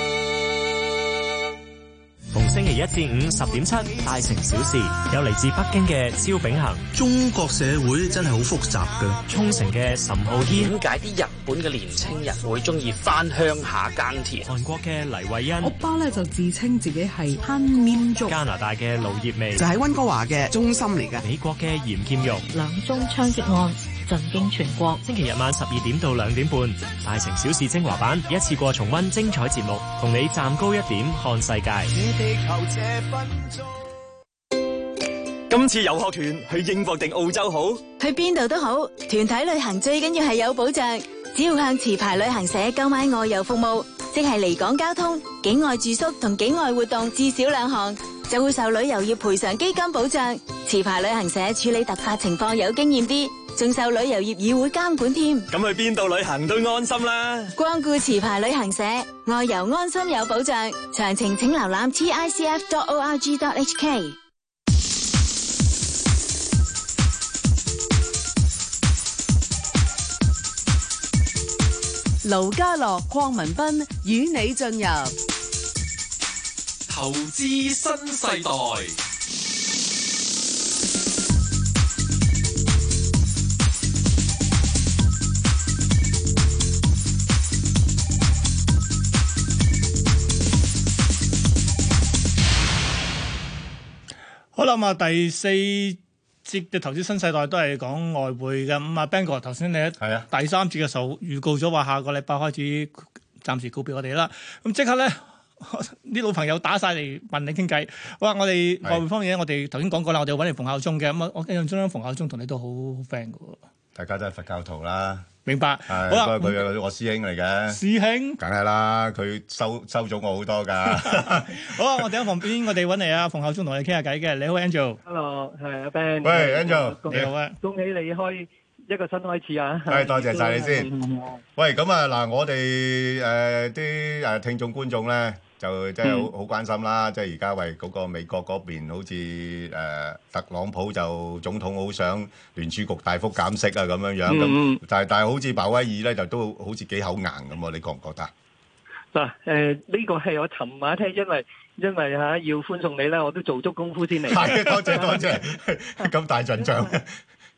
逢星期一至五十點七，大城小事，有嚟自北京嘅蕭炳恒。
中國社會真係好複雜㗎。
沖繩嘅岑浩軒。
點解啲日本嘅年青人會中意返鄉下耕田？
韓國嘅黎慧欣。
我爸咧就自稱自己係攀面族。
加拿大嘅盧業味。
就喺溫哥華嘅中心嚟嘅。
美國嘅嚴劍玉。
兩宗槍擊案震驚全國。
星期日晚十二點到兩點半，大城小事精華版一次過重溫精彩節目，同你站高一點看世界。地球這分
鐘。今次遊學團去英國定澳洲好？
去邊度都好，團體旅行最緊要係有保障。只要向持牌旅行社購買外遊服務，即係離港交通、境外住宿同境外活動至少兩項，就會受旅遊業賠償基金保障。持牌旅行社處理突發情況有經驗啲，仲受旅遊業議會監管添。
咁去邊度旅行都安心啦！
光顧持牌旅行社，外遊安心有保障。詳情請瀏覽 TICF.org.hk。
盧家樂、鄺民彬與你進入
投資新世代。
好啦，咁啊，第四節嘅投資新世代都係講外匯嘅。咁啊 Ben 哥頭先你喺第三節嘅時候預告咗話下個禮拜開始暫時告別我哋啦。咁即刻咧。 啲老朋友打晒嚟問你傾偈，哇！我哋外匯方面咧，我哋頭先講過啦，我哋揾嚟馮孝忠嘅，咁啊，我印象中咧，馮孝忠同你都好 friend 嘅喎。
大家都係佛教徒啦，
明白。
係
好啦
不過佢係我師兄嚟嘅，
師兄，
梗係啦，佢收收咗我好多㗎。
好啊，我哋喺旁邊，我哋揾嚟啊，馮孝忠同你傾下偈嘅。你好，Angel。
Hello，係阿啊 Ben。
喂，Angel，
恭
你好啊！
恭喜你開一個新開始啊！
係，多謝晒你先。喂，咁啊嗱，我哋誒啲誒聽眾觀眾咧，就真係好好關心啦。即係而家喂嗰個美國嗰邊好似誒特朗普就總統好想聯儲局大幅減息啊咁樣樣
嗯
咁
嗯，
但係但係好似鮑威爾咧就都好似幾口硬咁喎，你覺唔覺 得？
嗱，誒呢個係我尋晚聽，因為因為嚇要歡送你咧，我都做足功夫先嚟。
係，多 謝多謝，咁大陣仗。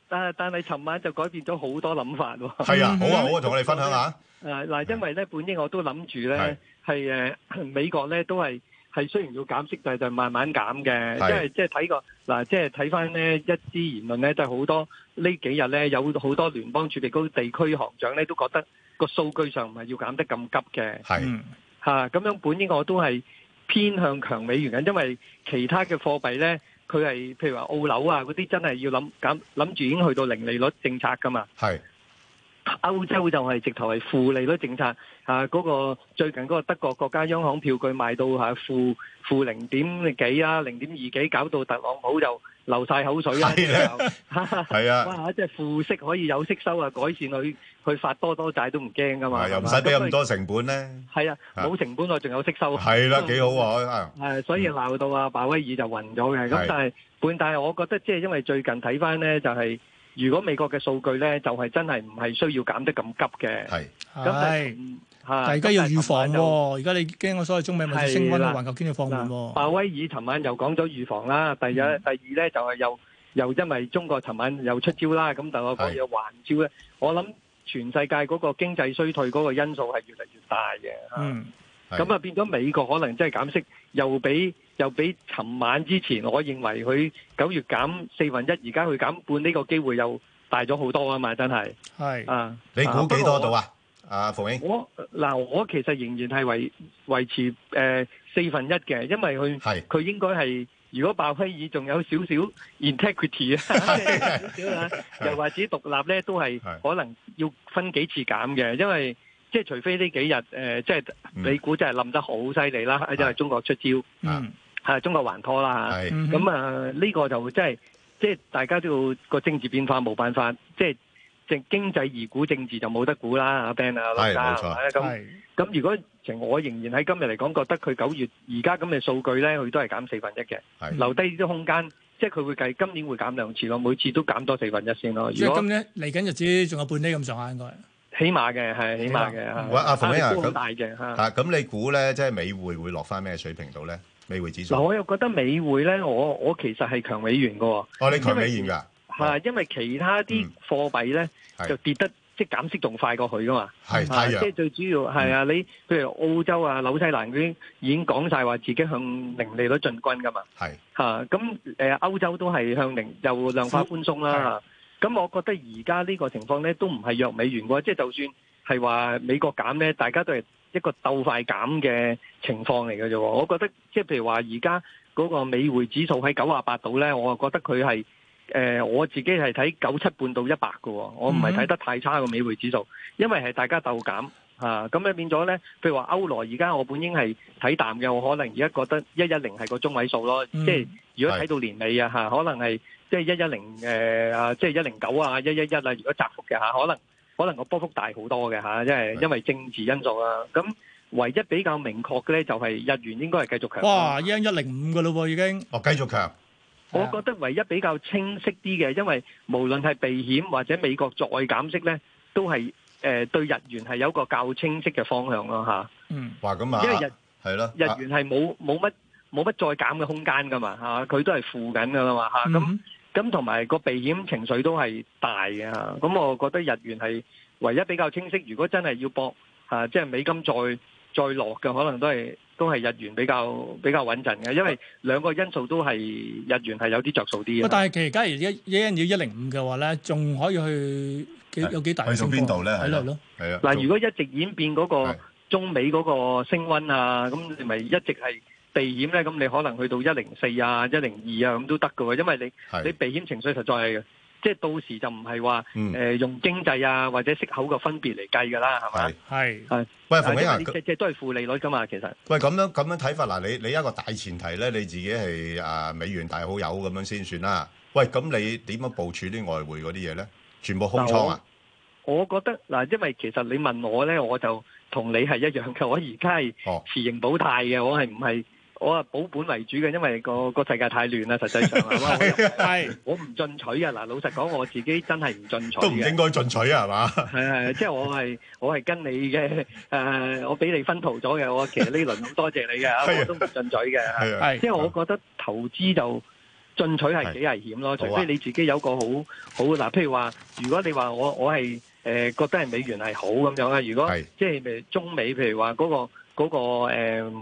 但係但係尋晚就改變咗好多諗法喎。
係啊，好啊好啊，同我哋分享下。嗯
誒嗱，因為咧，本應我都諗住咧，係誒美國咧都係係雖然要減息，但係就慢慢減嘅，
係
因為即係睇過嗱，即係睇翻呢一啲言論咧，都係好多呢幾日咧有好多聯邦儲備局地區行長咧都覺得個數據上唔係要減得咁急嘅，
係
嚇咁樣本應我都係偏向強美元嘅，因為其他嘅貨幣咧佢係譬如話澳紐啊嗰啲真係要諗減諗住已經去到零利率政策㗎嘛。
係。
歐洲就係直頭係負利率政策，啊嗰、個最近嗰個德國國家央行票據賣到嚇負負零點幾啊，零點二幾，搞到特朗普就流晒口水啦，
係啊
哇！即係負息可以有息收啊，改善佢佢發多多債都唔驚噶嘛，
啊又唔
係嘛
使俾咁多
咁佢
成本咧。
係啊，冇成本我仲有息收，
係啦，幾好喎！啊
係，所以鬧到阿鮑威爾就暈咗嘅。咁
係
但係半，但係我覺得即係因為最近睇翻咧，就係、如果美國嘅數據咧，就係、真係唔係需要減得咁急嘅。
係，
咁嗯啊但係
係
嚇
但係而家要預防喎，而家你驚我所謂中美貿易升
係
温，
啦
環球經濟放緩喎。
鮑威爾尋晚又講咗預防啦，第一、第二咧就係又又因為中國尋晚又出招啦，咁但我講嘢還招咧，我諗全世界嗰個經濟衰退嗰個因素係越嚟越大嘅。
嗯，
咁啊變咗美國可能真係減息，又比又比尋晚之前，我認為佢九月減四分一，而家佢減半呢個機會又大咗好多啊嘛，真係。
係
啊，
你估幾多度啊？阿馮英，
我嗱，我其實仍然係維維持誒四分一嘅，因為佢佢應該係如果鮑威爾仲有少少 integrity 啊，少少啊，又或者獨立咧，都係可能要分幾次減嘅，因為即係除非呢幾日誒、呃即係
嗯
美股真係冧得好犀利啦，因為中國出招。
嗯，
係中國還拖啦
係
嗯哼
咁啊呢個就真係即係大家都要個政治變化冇辦法，即係政經濟而估政治就冇得估啦，阿 Ben 啊，
係
陸家
冇錯
係咪咁咁如果情我仍然喺今日嚟講，覺得佢九月而家咁嘅數據咧，佢都係減四分一嘅，
係
留低啲空間，即係佢會計今年會減兩次咯，每次都減多四分一先咯。
即
如
係
果
今年嚟緊日子仲有半厘咁上下應該。
起碼嘅係起碼嘅，係
喂，阿馮英
壓
啊，
力都好
咁
大嘅嚇。
啊，咁你估咧，即係美匯會落翻咩水平度咧？美匯指
嗱，
數，
我又覺得美匯咧，我我其實係強美元嘅喎。
哦，你強美元㗎，
係因為其他啲貨幣咧
係
就跌得即係減息仲快過佢噶嘛。
係太
啊
弱嗯
即係最主要係啊，你譬如澳洲啊、紐西蘭嗰啲已經講晒話自己向零利率進軍噶嘛。
係
嚇，咁誒歐洲都係向零又量化寬鬆啦。咁我覺得而家呢個情況咧都唔係弱美元喎，即係就算係話美國減咧，大家都係一個鬥快減嘅情況嚟嘅啫喎。我覺得即係譬如話而家嗰個美匯指數喺九啊八度咧，我啊覺得佢係。誒、我自己係睇九七半到一百嘅喎，我唔係睇得太差個美匯指數，因為係大家鬥減啊，咁咧變咗咧，譬如話歐羅而家我本應係睇淡嘅，我可能而家覺得一一零係個中位數咯，
嗯
即係如果睇到年尾啊嚇，可能係即係一一零誒啊，即係一零九啊，一一一啊，如果窄幅嘅嚇，可能可能個波幅大好多嘅嚇，因為因為政治因素啦，咁唯一比較明確嘅咧就係日元應該係繼續強咯。
哇！已經一零五嘅嘞喎，已經。
哦，繼續強。
我覺得唯一比較清晰啲嘅，因為無論係避險或者美國再減息咧，都係誒、呃、對日元係有一個較清晰嘅方向咯嚇。
嗯，哇，咁啊，
因為日
係咯，
日
啊
元係冇冇乜冇乜再減嘅空間噶嘛嚇，佢都係負緊噶啦嘛
啊嗯
嗯
嚇。啊咁咁同埋個避險情緒都係大嘅嚇。咁我覺得日元係唯一比較清晰。如果真係要搏嚇，即係美金再再落嘅，可能都係都係日元比較比較穩陣嘅，因為兩個因素都係日元係有啲着數啲
喂
嘅。
但係其實假如一一要一零五嘅話咧，仲可以去幾有幾大嘅
去到
升幅
邊度咧？
係咯係咯。
係啊，
嗱，如果一直演變嗰個中美嗰個升温啊，咁你咪一直係避險咧，咁你可能去到一零四啊、一零二啊咁都得㗎喎，因為你
係
你避險情緒實在係，即係到時就唔係話
嗯
誒用經濟啊或者息口嘅分別嚟計㗎啦，係咪？
係
係。
喂馮
因
英啊
為你隻隻都係負利率㗎嘛，其實。
喂，咁樣咁樣睇法嗱，你你一個大前提咧，你自己係啊美元大好友咁樣先算啦。喂，咁你點樣部署啲外匯嗰啲嘢咧？全部空倉啊？
我覺得嗱，因為其實你問我咧，我就同你係一樣嘅。我而家係
哦
持盈保泰嘅，我係唔係我係保本為主嘅，因為個個世界太亂啦，實際 上係嘛我又
係
我唔進取嘅。嗱，老實講，我自己真係唔進取
都唔應
嘅。
該進取啊，係嘛？
係係，即係我係我係跟你嘅誒、我俾你分途咗嘅。我其實呢輪好多謝你
啊
嘅，我都唔進取
係
嘅。
啊
即係我覺得投資就進取係幾危險咯，
好啊
除非你自己有個好好嗱，譬如話，如果你話我我係誒、覺得係美元係好咁樣啦，啊如果即係誒中美譬如話嗰、個。嗰、個誒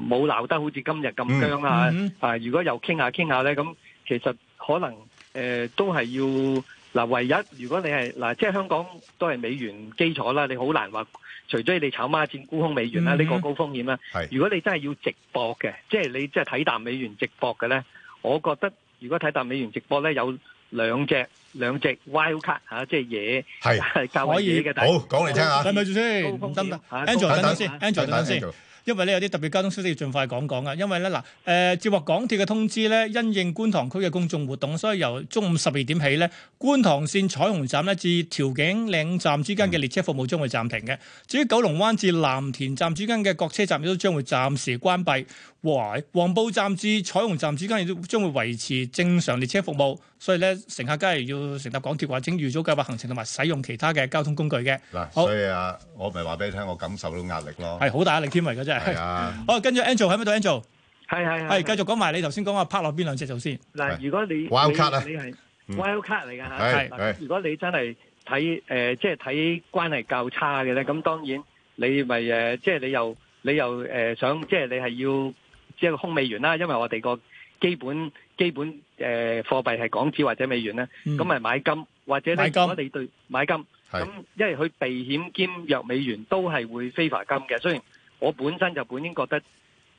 冇鬧得好似今日咁僵啊！
嗯
啊，如果又傾下傾下咧，咁其實可能誒、呃都係要嗱、唯一如果你係嗱、即係香港都係美元基礎啦，你好難話，除非你炒孖展沽空美元啦，
嗯
呢、個高風險啦。如果你真係要直播嘅，即係你即係睇淡美元直播嘅咧，我覺得如果睇淡美元直播咧，有兩隻兩隻 wild card 嚇、即係野
係
較為野嘅，但係
好講嚟聽下
等咪住先，
高風險
等等
嚇
，Angel
高
等
風
等
險
先
嚇
，Angel 等等先
等等，
因為咧有啲特別交通消息要盡快講講啊。因為咧嗱，誒接獲港鐵嘅通知咧，因應觀塘區嘅公眾活動，所以由中午十二點起咧，觀塘線彩虹站咧至調景嶺站之間嘅列車服務將會暫停嘅。至於九龍灣至藍田站之間嘅各車站亦都將會暫時關閉。哇！黃埔站至彩虹站之間亦都將會維持正常列車服務，所以咧乘客梗係要乘搭港鐵或者預早計劃行程同埋使用其他嘅交通工具嘅。
嗱，所以啊，我咪話俾你聽，我感受到壓力咯。
係好大壓力添嚟嘅真係。
係啊，
好，跟住 Angel 喺咪度？Angel
係係
係繼續講埋你頭先講話拍落邊兩隻就先。
嗱，如果你
Wild card 啊
你你係
嗯
wild card 嚟㗎
係
嚇，
係
嗱如果你真係睇誒，即係睇關係較差嘅咧，咁當然你咪誒，即係你又你又誒想，即係你係要即係空美元啦，因為我哋個基本基本誒貨幣係港紙或者美元咧，
嗯
咁咪買金或者咧，
買金
如果你對買金，
係
咁因為佢避險兼弱美元都係會非法金嘅，雖然我本身就本應覺得。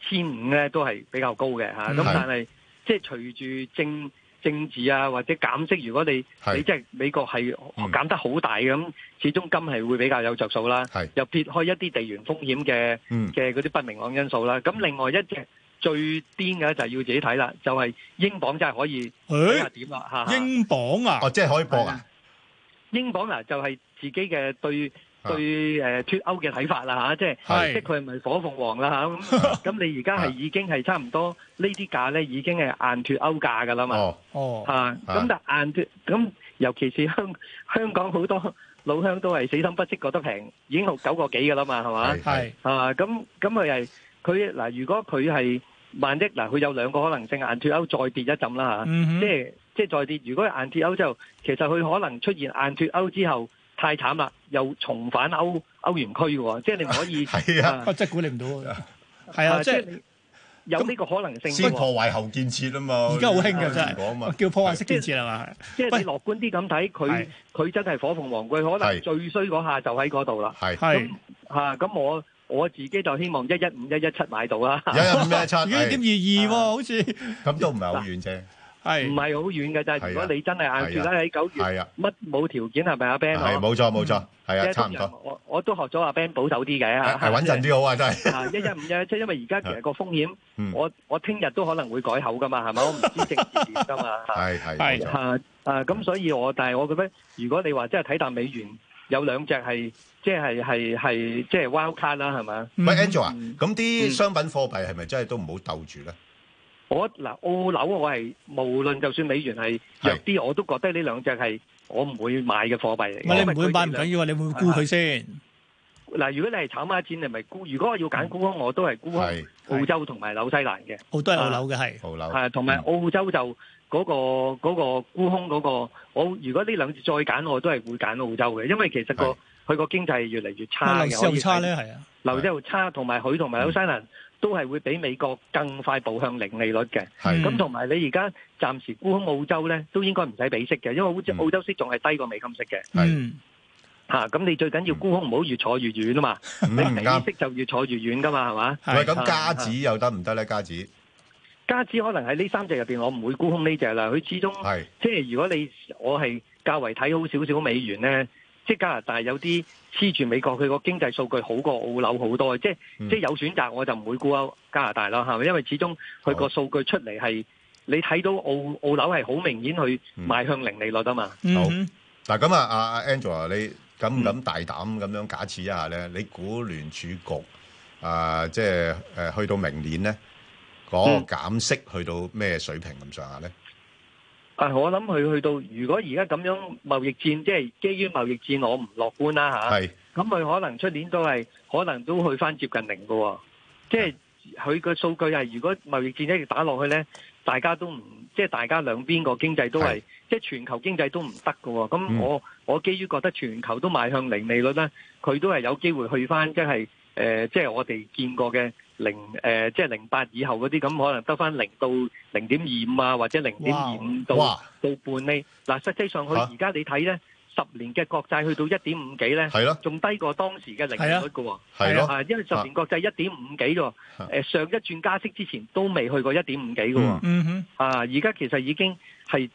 千五咧都係比較高嘅嚇。
嗯
咁
係
但係即係隨住政政治啊或者減息，如果你
係嗯
你即係美國係減得好大嘅，咁始終金係會比較有着數啦。又撇開一啲地緣風險嘅
嗯
嘅嗰啲不明朗因素啦。咁另外一隻最癲嘅就係要自己睇啦，就係英鎊真係可以睇下點啦嚇。
英鎊啊，
哦，即係可以搏啊，
英鎊啊嗱就係自己嘅對
啊
對誒脱歐嘅睇法啦嚇，即
係
係即係佢係咪火鳳凰啦嚇 咁咁你而家係
啊
已經係差唔多呢啲價咧已經係硬脱歐價㗎啦嘛。
哦
啊，咁但係硬脱咁，尤其是香香港好多老鄉都係死心不息，覺得平，已經六九個幾㗎啦嘛，係嘛？
係
啊，咁咁佢係佢嗱，如果佢係萬一嗱，佢有兩個可能性，硬脱歐再跌一陣啦嚇，
嗯哼
即係即係再跌。如果硬脱歐之後，其實佢可能出現硬脱歐之後太慘啦，又重返歐歐元區喎，即係你唔可以係
我 真係估你唔 到啊。係啊，即係
有呢個可能性喎。
先破壞後建設啊嘛。
而家好興嘅真
講嘛
係，叫破壞式建設係嘛？
即係你樂觀啲咁睇，佢佢真係火鳳凰，佢可能最衰嗰下就喺嗰度啦。
係
係
咁嚇，咁我我自己就希望一一五一一七買到啦。
一一五一一 七
一點二二喎，好似
咁都唔係好遠啫。
係
唔係好遠嘅
係
啫？
啊
如果你真係硬住咧，
係啊
喺九
係
月
啊
乜冇條件係咪阿 Ben？
係冇錯冇錯，係
即
啊，
係
差唔多
通常。我我都學咗阿 Ben 保守啲嘅嚇，
係穩陣啲好 啊真
一
係
一五一，即係因為而家其實個風
嗯
險，我我聽日都可能會改口噶嘛，係咪？我唔知政治點噶嘛。
係係冇
係
錯
啊啊，咁所以我但係我覺得，如果你話即係睇淡美元，有兩隻係即係係係即係 wild card 啦，係咪？
喂，Angel 啊，
嗯
咁啲商品貨幣係咪真係都唔好鬥住咧？
我嗱澳樓我係無論就算美元係弱啲，我都覺得呢兩隻係我唔會買嘅貨幣嚟
唔
嘅。
係你唔會買唔緊要啊，你會唔會沽佢先？
嗱，如果你係炒孖展，你咪沽。如果我要揀沽空，我都係沽空澳洲同埋紐西蘭嘅。
好多係澳樓嘅係。
澳
係同埋
嗯
澳洲就嗰、個嗰、個沽空嗰、個，我如果呢兩次再揀，我都係會揀澳洲嘅，因為其實個佢個經濟係越嚟越差
樓
嘅，
市
可
又
以
差
睇
咧，係啊。
樓質又差，同埋佢同埋紐西蘭都係會比美國更快步向零利率嘅。
嗯
係
咁同埋你而家暫時沽空澳洲咧，都應該唔使俾息嘅，因為好
嗯
似澳洲息仲係低過美金息嘅。
係
嚇，咁你最緊要沽空唔好越坐越遠啊嘛，你俾
嗯啱
息就越坐越遠噶嘛，係嘛？
喂，咁
啊
加紙又得唔得咧？加紙
加之可能喺呢三隻入邊，我唔會沽空呢隻啦。佢始終
係
即係如果你我係較為睇好少少美元呢，即係加拿大有啲黐住美國，佢個經濟數據好過澳紐好多。即係、
嗯
即係有選擇我就唔會沽歐加拿大啦，係咪？因為始終佢個數據出嚟係你睇到澳澳紐係好明顯去邁向零利率啊嘛。
嗯
好嗱，咁啊，阿阿 Angela，你敢唔敢大膽咁樣假設一下咧？你估聯儲局啊，即係誒去到明年咧，嗰個減息去到咩水平咁上下咧？
啊，我諗佢去到，如果而家咁樣貿易戰，即係基於貿易戰，我唔樂觀啦吓。
係
咁佢可能出年都係，可能都去翻接近零嘅喎、即係佢個數據係，如果貿易戰一直打落去咧，大家都唔，即係大家兩邊個經濟都係，即係全球經濟都唔得嘅喎。咁
嗯
我、我基於覺得全球都邁向零利率咧，佢都係有機會去翻，即係誒、呃即係我哋見過嘅零誒、呃即係零八以後嗰啲，咁可能得翻零到零點二五啊，或者零點二五到
哇
到半厘。嗱，實際上佢
嚇
而家你睇咧。十年嘅國債去到一點五幾咧，
係咯
仲低過當時嘅零利率嘅喎，
係咯
啊，因為十年國債一點五幾啫喎，誒上一轉加息之前都未去過一點五幾嘅喎，
嗯哼，
啊，而家其實已經係，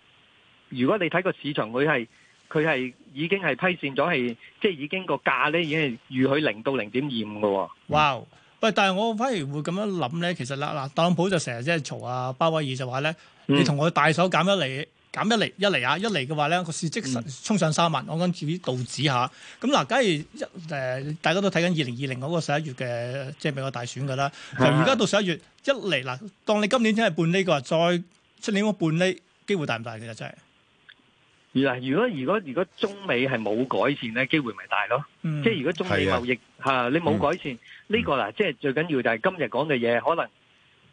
如果你睇個市場，佢係佢係已經係批線咗係，即係已經個價咧已經係預佢零到零點二五嘅喎。
哇！喂，但係我反而會咁樣諗咧，其實啦嗱，特朗普就成日即係嘈啊，鮑威爾就話咧，
嗯
你同我大手減一厘，減一厘，一厘啊，一厘嘅話咧，個市即實衝上三萬，我講住啲道指下。咁嗱，假如一誒、大家都睇緊二零二零嗰個十一月嘅即係美國大選㗎啦，由而家到十一月一厘嗱，當你今年真係半厘嘅話，再出年嗰半厘機會大唔大其實真係？
嗱，如果如果如果中美係冇改善咧，機會咪大咯。
嗯
即係如果中美貿易嚇、你冇改善，呢、個嗱，即係最緊要就係今日講嘅嘢，可能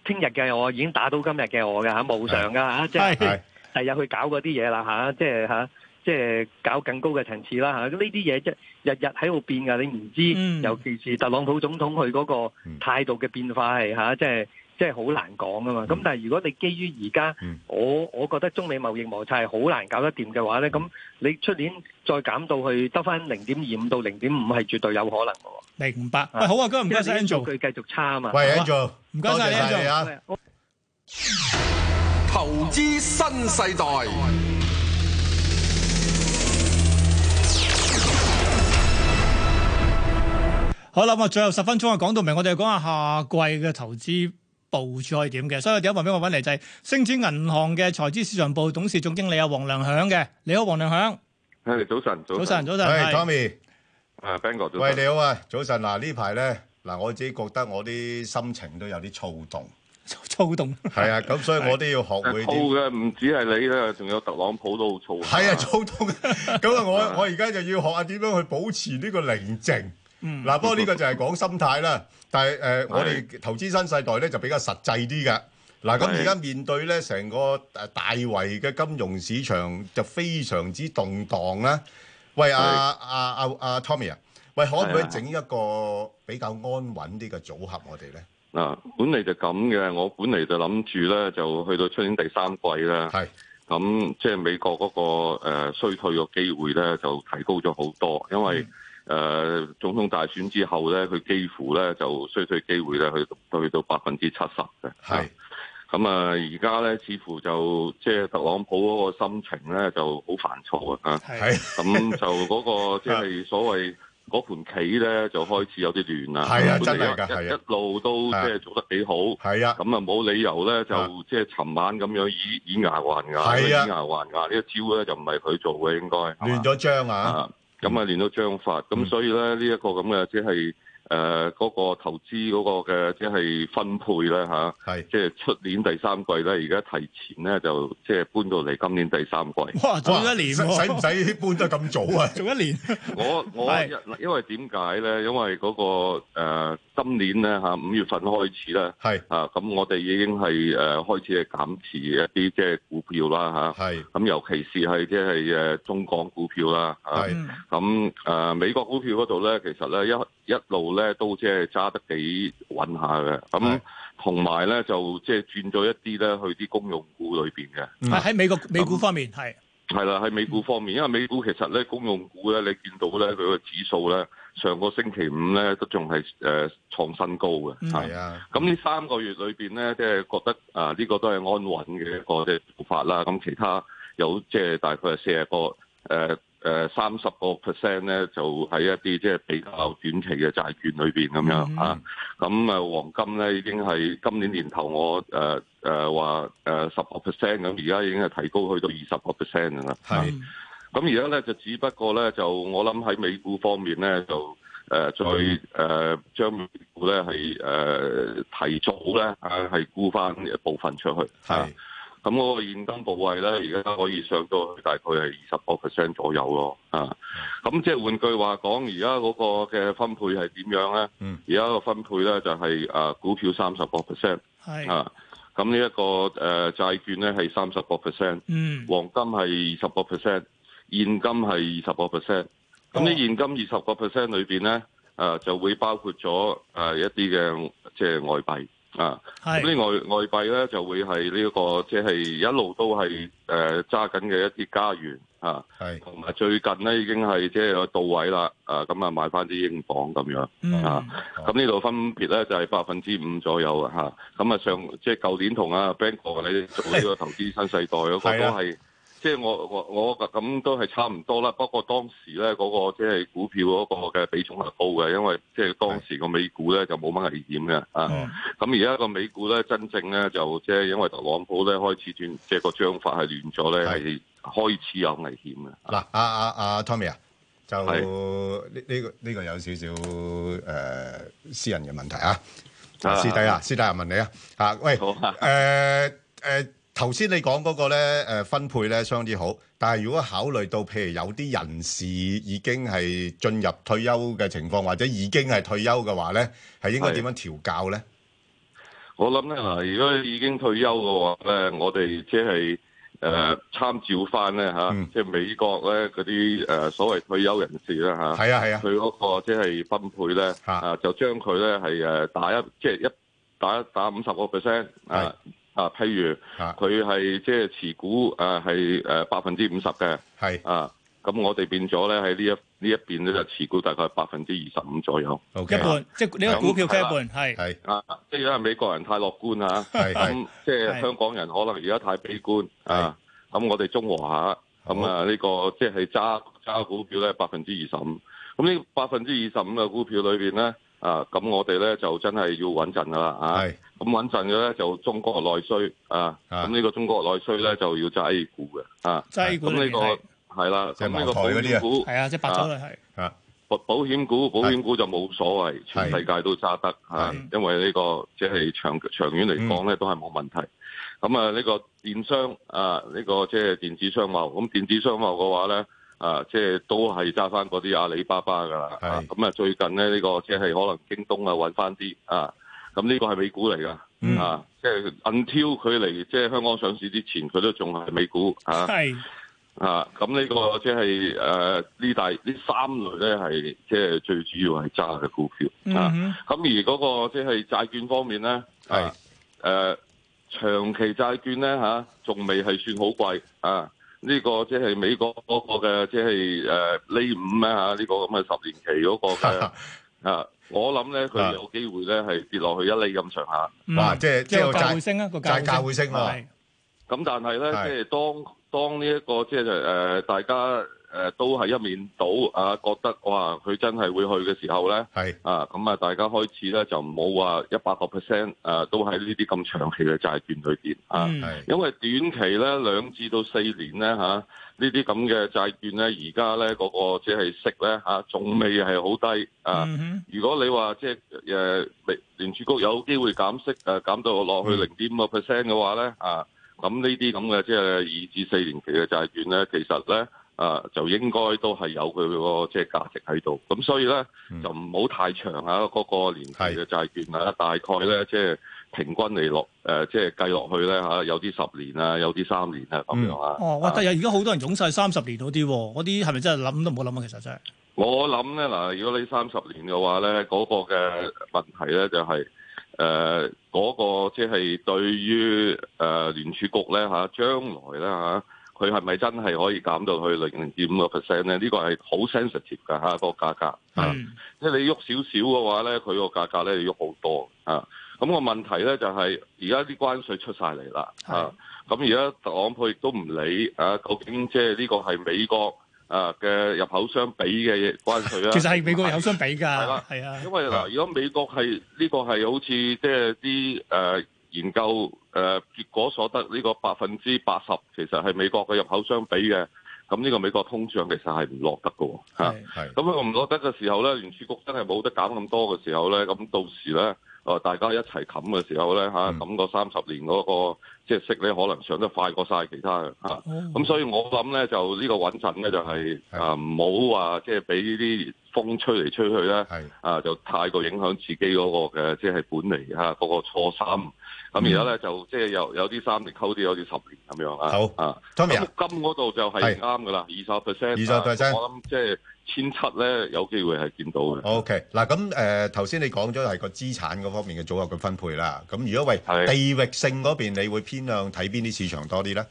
聽日嘅我已經打到今日嘅我嘅嚇，冇上噶嚇，即係第日去搞嗰啲嘢啦嚇，即係嚇。即係搞更高嘅層次啦嚇，咁呢啲嘢即係日日喺度變㗎，你唔知，尤其是特朗普總統佢嗰個態度嘅變化係嚇，即係即係好難講㗎嘛。咁但係如果你基於而家，我我覺得中美貿易摩擦係好難搞得掂嘅話咧，咁你出年再減到去得翻零點二五到零點五係絕對有可能嘅喎。
明白。喂，好啊，今日唔該晒
因為啲
Angel
數。據繼續差啊嘛。
喂
好啊
Angel，唔該晒你多謝晒你 Angel 啊
投資新世代，
好啦，咁啊，最後十分鐘啊，講到明，我哋講下下季嘅投資部署係點嘅。所以第一份俾我揾嚟就係星展銀行嘅財資市場部董事總經理啊，黃亮響嘅。你好，黃亮響。
係早晨，
早晨早晨
喂
哎
係
，Tommy。
啊，Ben 哥，早晨
喂，你好啊，早晨嗱，呢排咧嗱，我自己覺得我啲心情都有啲躁動，
躁動
係啊，咁所以我都要學會
燥
啲。
嘅唔止係你啦，仲有特朗普都好燥。
係啊，躁動。 咁啊，我我而家就要學下點樣去保持呢個寧靜。
嗯
嗱，不過呢個就係講心態啦。但係誒、呃我哋投資新世代咧就比較實際啲嘅。嗱，咁
係
而家面對咧成個誒大圍嘅金融市場就非常之動盪啦。喂，阿阿阿阿 Tommy 啊，喂，可唔可以
係啊
整一個比較安穩啲嘅組合我哋咧？
嗱，啊本嚟就咁嘅，我本嚟就諗住咧，就去到出年第三季咧，
係
咁即係美國嗰、個、呃、衰退嘅機會咧，就提高咗好多，因
嗯
為誒、呃、總統大選之後咧，佢幾乎咧就衰退機會咧去到去到百分之七十嘅。係咁啊，而家咧似乎就即係特朗普嗰個心情咧就好煩躁啊！
係啊
咁就嗰、個 即係所謂。嗰盤棋咧就開始有啲亂啦，
係啊
本嚟
真係
一
㗎
一
係啊
一路都
係
即
啊
係做得幾好，
係啊，
咁啊冇理由咧就
啊
即係尋晚咁樣以以牙還牙，
係啊
以牙還牙呢一招咧就唔係佢做嘅應該，係嘛
亂咗章啊！
咁啊亂到章法，
嗯
咁所以咧呢一個咁嘅即係誒嗰個投資嗰個嘅即係分配咧嚇，
即
係出年第三季咧，而家提前咧就即係搬到嚟今年第三季。
哇，早一年
使使唔
喎
使搬得咁早 啊？
早一年。
我我
係
因因為點解咧？因為嗰、個、呃、今年咧嚇五月份開始咧，
係
啊咁我哋已經係誒、呃、開始係減持一啲即係股票啦嚇，
係
咁尤其是係即係誒中港股票啦嚇，
係
咁誒、呃美國股票嗰度咧，其實咧一一路咧都即係揸得幾穩下嘅。咁同埋咧就即係轉咗一啲咧去啲公用股裏邊嘅。
嗯
係喺美國美股方面係
係啦，喺美股方面，因為美股其實咧公用股咧，你見到咧佢個指數咧，上個星期五咧都仲係誒創新高嘅，
嗯
嗯
係啊。
咁呢三個月裏邊咧，即係覺得啊呢、個都係安穩嘅一個即係做法啦。咁其他有即係大概係四十個誒誒三十個 percent 咧，就喺一啲即係比較短期嘅債券裏邊咁
嗯
樣啊。咁啊黃金咧已經係今年年頭我誒誒話誒十個 percent 咁，而家已經係提高去到二十個 percent 㗎啦。啊
係。
咁而家咧就只不過咧就我諗喺美股方面咧就誒、呃再誒、呃、將美股咧係誒提早咧啊係沽翻部分出去。啊
係。
咁嗰個現金部位咧，而家可以上到去大概係二十個 percent 左右咯，啊，咁即係換句話講，而家嗰個嘅分配係點樣咧？
嗯，
而家個分配咧就係、啊股票三十個 percent，
係
啊，咁呢一個誒、呃、債券咧係三十個 percent，
嗯，
黃金係二十個 percent，現金係二十個 percent。咁
哦
呢現金二十個 percent 裏邊咧，誒、就會包括咗誒、呃一啲嘅即係外幣啊。
係
咁呢外外幣咧就會係呢、一個即係、一路都係誒揸緊嘅一啲加元啊。
係
同埋最近咧已經係即係到位啦，啊咁啊買翻啲英鎊咁樣
嗯
啊，
哦
咁呢度分別咧就係百分之五左右啊嚇，咁啊上即係舊年同阿 Ben 哥你做呢個投資新世代嗰個
係
都
啊
係。即係我我我咁都係差唔多啦，不過當時咧嗰、個即係股票嗰個嘅比重係高嘅，因為即係當時個美股咧就冇乜危險嘅
嗯
啊。咁而家個美股咧真正咧就即係因為特朗普咧開始轉，即係個章法係亂咗咧，係開始有危險嘅。
嗱，阿阿阿 Tommy 啊，就呢呢個呢個有少少誒私人嘅問題啊，
啊
師弟啊，師弟啊問你啊，嚇喂，誒誒頭先你講嗰個咧誒分配咧相當之好，但係如果考慮到譬如有啲人士已經係進入退休嘅情況，或者已經係退休嘅話咧，係應該點樣調教咧？
我諗咧嗱，如果已經退休嘅話咧，我哋即係誒參照翻咧嚇，
嗯
即係美國咧嗰啲誒所謂退休人士啦嚇，
係啊係啊
佢嗰個即係分配咧啊，就將佢咧係誒呃打一即係一打一打五十個 percent 啊啊，譬如佢係即係持股誒係誒百分之五十嘅，
係
啊，咁我哋變咗咧喺呢一呢一邊咧就持股大概百分之二十五左右。
一半，即係呢個股票嘅一半係
係
啊，即係因為美國人太樂觀啊，
係
咁即
係
係香港人可能而家太悲觀啊，咁我哋中和下，咁啊呢個即係揸揸股票咧百分之二十五，咁呢百分之二十五嘅股票裏邊咧啊，咁我哋咧就真係要穩陣噶啦啊，
係
咁穩陣嘅咧就中國內需啊，咁呢個中國內需咧就要揸 A 股嘅啊，
揸 A 股
咁
裏
呢
面係
個係啦，咁呢
茅
個
台
保
嗰啲啊
險股
係啊，即係白酒類係
啊。
保保險股，保險股就冇所謂，全世界都揸得嚇，因為呢、個即係長長遠嚟講咧，都係冇問題。咁啊，呢個電商啊，呢、個即係電子商貿，咁電子商貿嘅話咧，啊，即係都係揸翻嗰啲阿里巴巴噶啦。啊咁啊，最近咧呢、個即係可能京東啊揾翻啲啊，咁呢個係美股嚟㗎。啊，即係 until 佢嚟即係香港上市之前，佢都仲係美股啊。
係
啊，咁呢個即係誒呢大呢三類咧係即係最主要係揸嘅股票
嗯
啊。咁、而嗰、個即係債券方面咧，係誒、
啊
呃長期債券咧嚇，仲、未係算好貴啊。呢、個即係美國嗰個嘅即係誒呢五咧嚇，呢、個咁嘅十年期嗰個嘅啊，我諗咧佢有機會咧係跌落去一厘咁上下。
哇！即係即係
嗯個價會升啊，個價
債價會升喎。
咁但係咧，即係當當呢、一個即係誒大家誒、呃都係一面倒啊，覺得哇佢真係會去嘅時候咧，
係
啊咁啊，大家開始咧就唔好話一百個 percent 誒都喺呢啲咁長期嘅債券裏邊啊，因為短期咧兩至到四年咧嚇。呢啲咁嘅債券咧，而家咧嗰個即係息咧嚇，仲未係好低啊！如果你話即係誒美聯儲局有機會減息誒、啊減到落去零點五個 percent 嘅話咧啊，咁呢啲咁嘅即係二至四年期嘅債券咧，其實咧啊就應該都係有佢個即係價值喺度。咁所以咧就唔好太長啊，嗰、個年期嘅債券啊，大概咧即係平均嚟落誒，即係計落去咧嚇，有啲十年啊，有啲三年啊咁樣啊。
嗯哦，哇！但係而家好多人湧晒三十年嗰啲喎，嗰啲係咪真係諗都唔好諗啊？其實真係
我諗咧嗱，如果你三十年嘅話咧，嗰、個嘅問題咧就係、誒嗰個即係對於誒、呃聯儲局咧嚇，將來咧嚇，佢係咪真係可以減到去零點五個 percent 咧？呢、個係好 sensitive 㗎嚇，個價格。
啊
即係你喐少少嘅話咧，佢個價格咧要喐好多啊。咁、個問題咧就係而家啲關税出晒嚟啦啊。咁而家特朗普亦都唔理啊，究竟即係呢個係美國啊嘅入口商俾嘅關税啊？
其實係美國有相比㗎，
係啦
係啊，
因為嗱，如果美國係呢、個係好似即係啲誒研究誒、呃、結果所得呢個百分之八十，其實係美國嘅入口相比嘅，咁呢個美國通脹其實係唔落得嘅喎嚇
係
咁佢唔落得嘅時候咧，聯儲局真係冇得減咁多嘅時候咧，咁到時咧。誒大家一齊冚嘅時候咧嚇，
嗯
咁個三十年嗰、個即係息咧，可能上得快過晒其他嘅嚇。咁、所以我諗咧，就呢個穩陣咧，就哦係啊唔好話即係俾呢啲風吹嚟吹去咧，啊就太過影響自己嗰個嘅即係本嚟嚇嗰個初心。咁而家咧就即係有有啲三年溝啲，有啲十年咁樣啊。
好
啊
Tommy 啊
咁金嗰度就係
係
啱噶啦，二十 percent，啊
20%
我諗即係千七咧有機會係見到嘅。
OK，嗱咁誒頭先你講咗係個資產嗰方面嘅組合嘅分配啦。咁如果喂
係
地域性嗰邊，你會偏向睇邊啲市場多啲咧？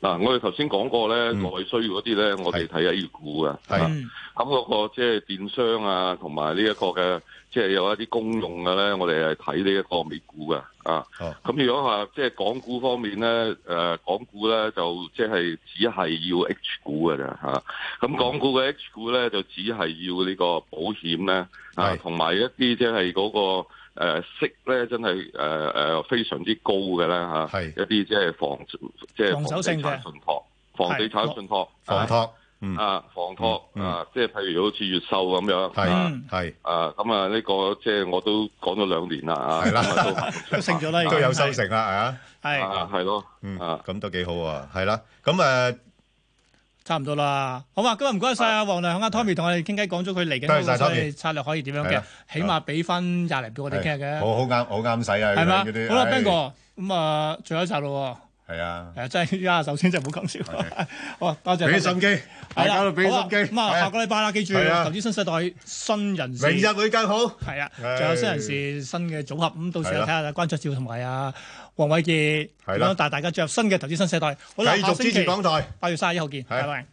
嗱，我哋頭先講過咧，內需嗰啲咧，我哋睇 A 股啊嘅，
係
咁嗰個即係電商啊，同埋呢一個嘅即係有一啲公用嘅咧，我哋係睇呢一個美股嘅啊。咁如果話即係港股方面咧，誒、港股咧就即係只係要 H 股嘅啫嚇。啊咁、港股嘅 H 股咧就只係要呢個保險咧啊，同埋一啲即係嗰個。誒、息咧真係誒誒非常之高嘅咧嚇，一啲即係房即係
防守性嘅
房地產信託、房地產信託、
房託。嗯
啊，房託啊，即係譬如好似越秀咁樣，
係係
啊，咁啊呢個即係我都講咗兩年啦啊，
係啦
咁啊都
都勝咗啦，已經
都有收成啦，啊！
係
啊係咯，
啊咁都幾好喎，係啦，咁呃誒
差唔多啦。好啊，今日唔該晒啊，黃亮啊，Tommy 同我哋傾偈講咗佢嚟緊嗰
多謝晒
個所謂
Tommy
策略可以點樣
係
嘅
啦，
起碼俾翻廿零俾我哋傾下嘅。
好好啱好啱使啊，
係嘛
嗰啲？
好啦
唉
，Ben 哥，咁啊，最後一集咯
係啊
喎。，係啊，真係啊，首先就唔好講笑。 好啊，多謝。
俾
多謝
心機，大
係啦
家都俾
好啊
心機。
咁啊，
係
下個禮拜啦，記住投
係啊
資新世代新人士，
明日會更好。
係啊，
唉
仲有新人士新嘅組合，咁到時
係啦
睇下關卓照同埋啊黃偉傑
係
咁
啦
樣帶大家進入新嘅投資新世代。好啦，
繼續
下星期
支持港台，
八月三十一號見，拜拜。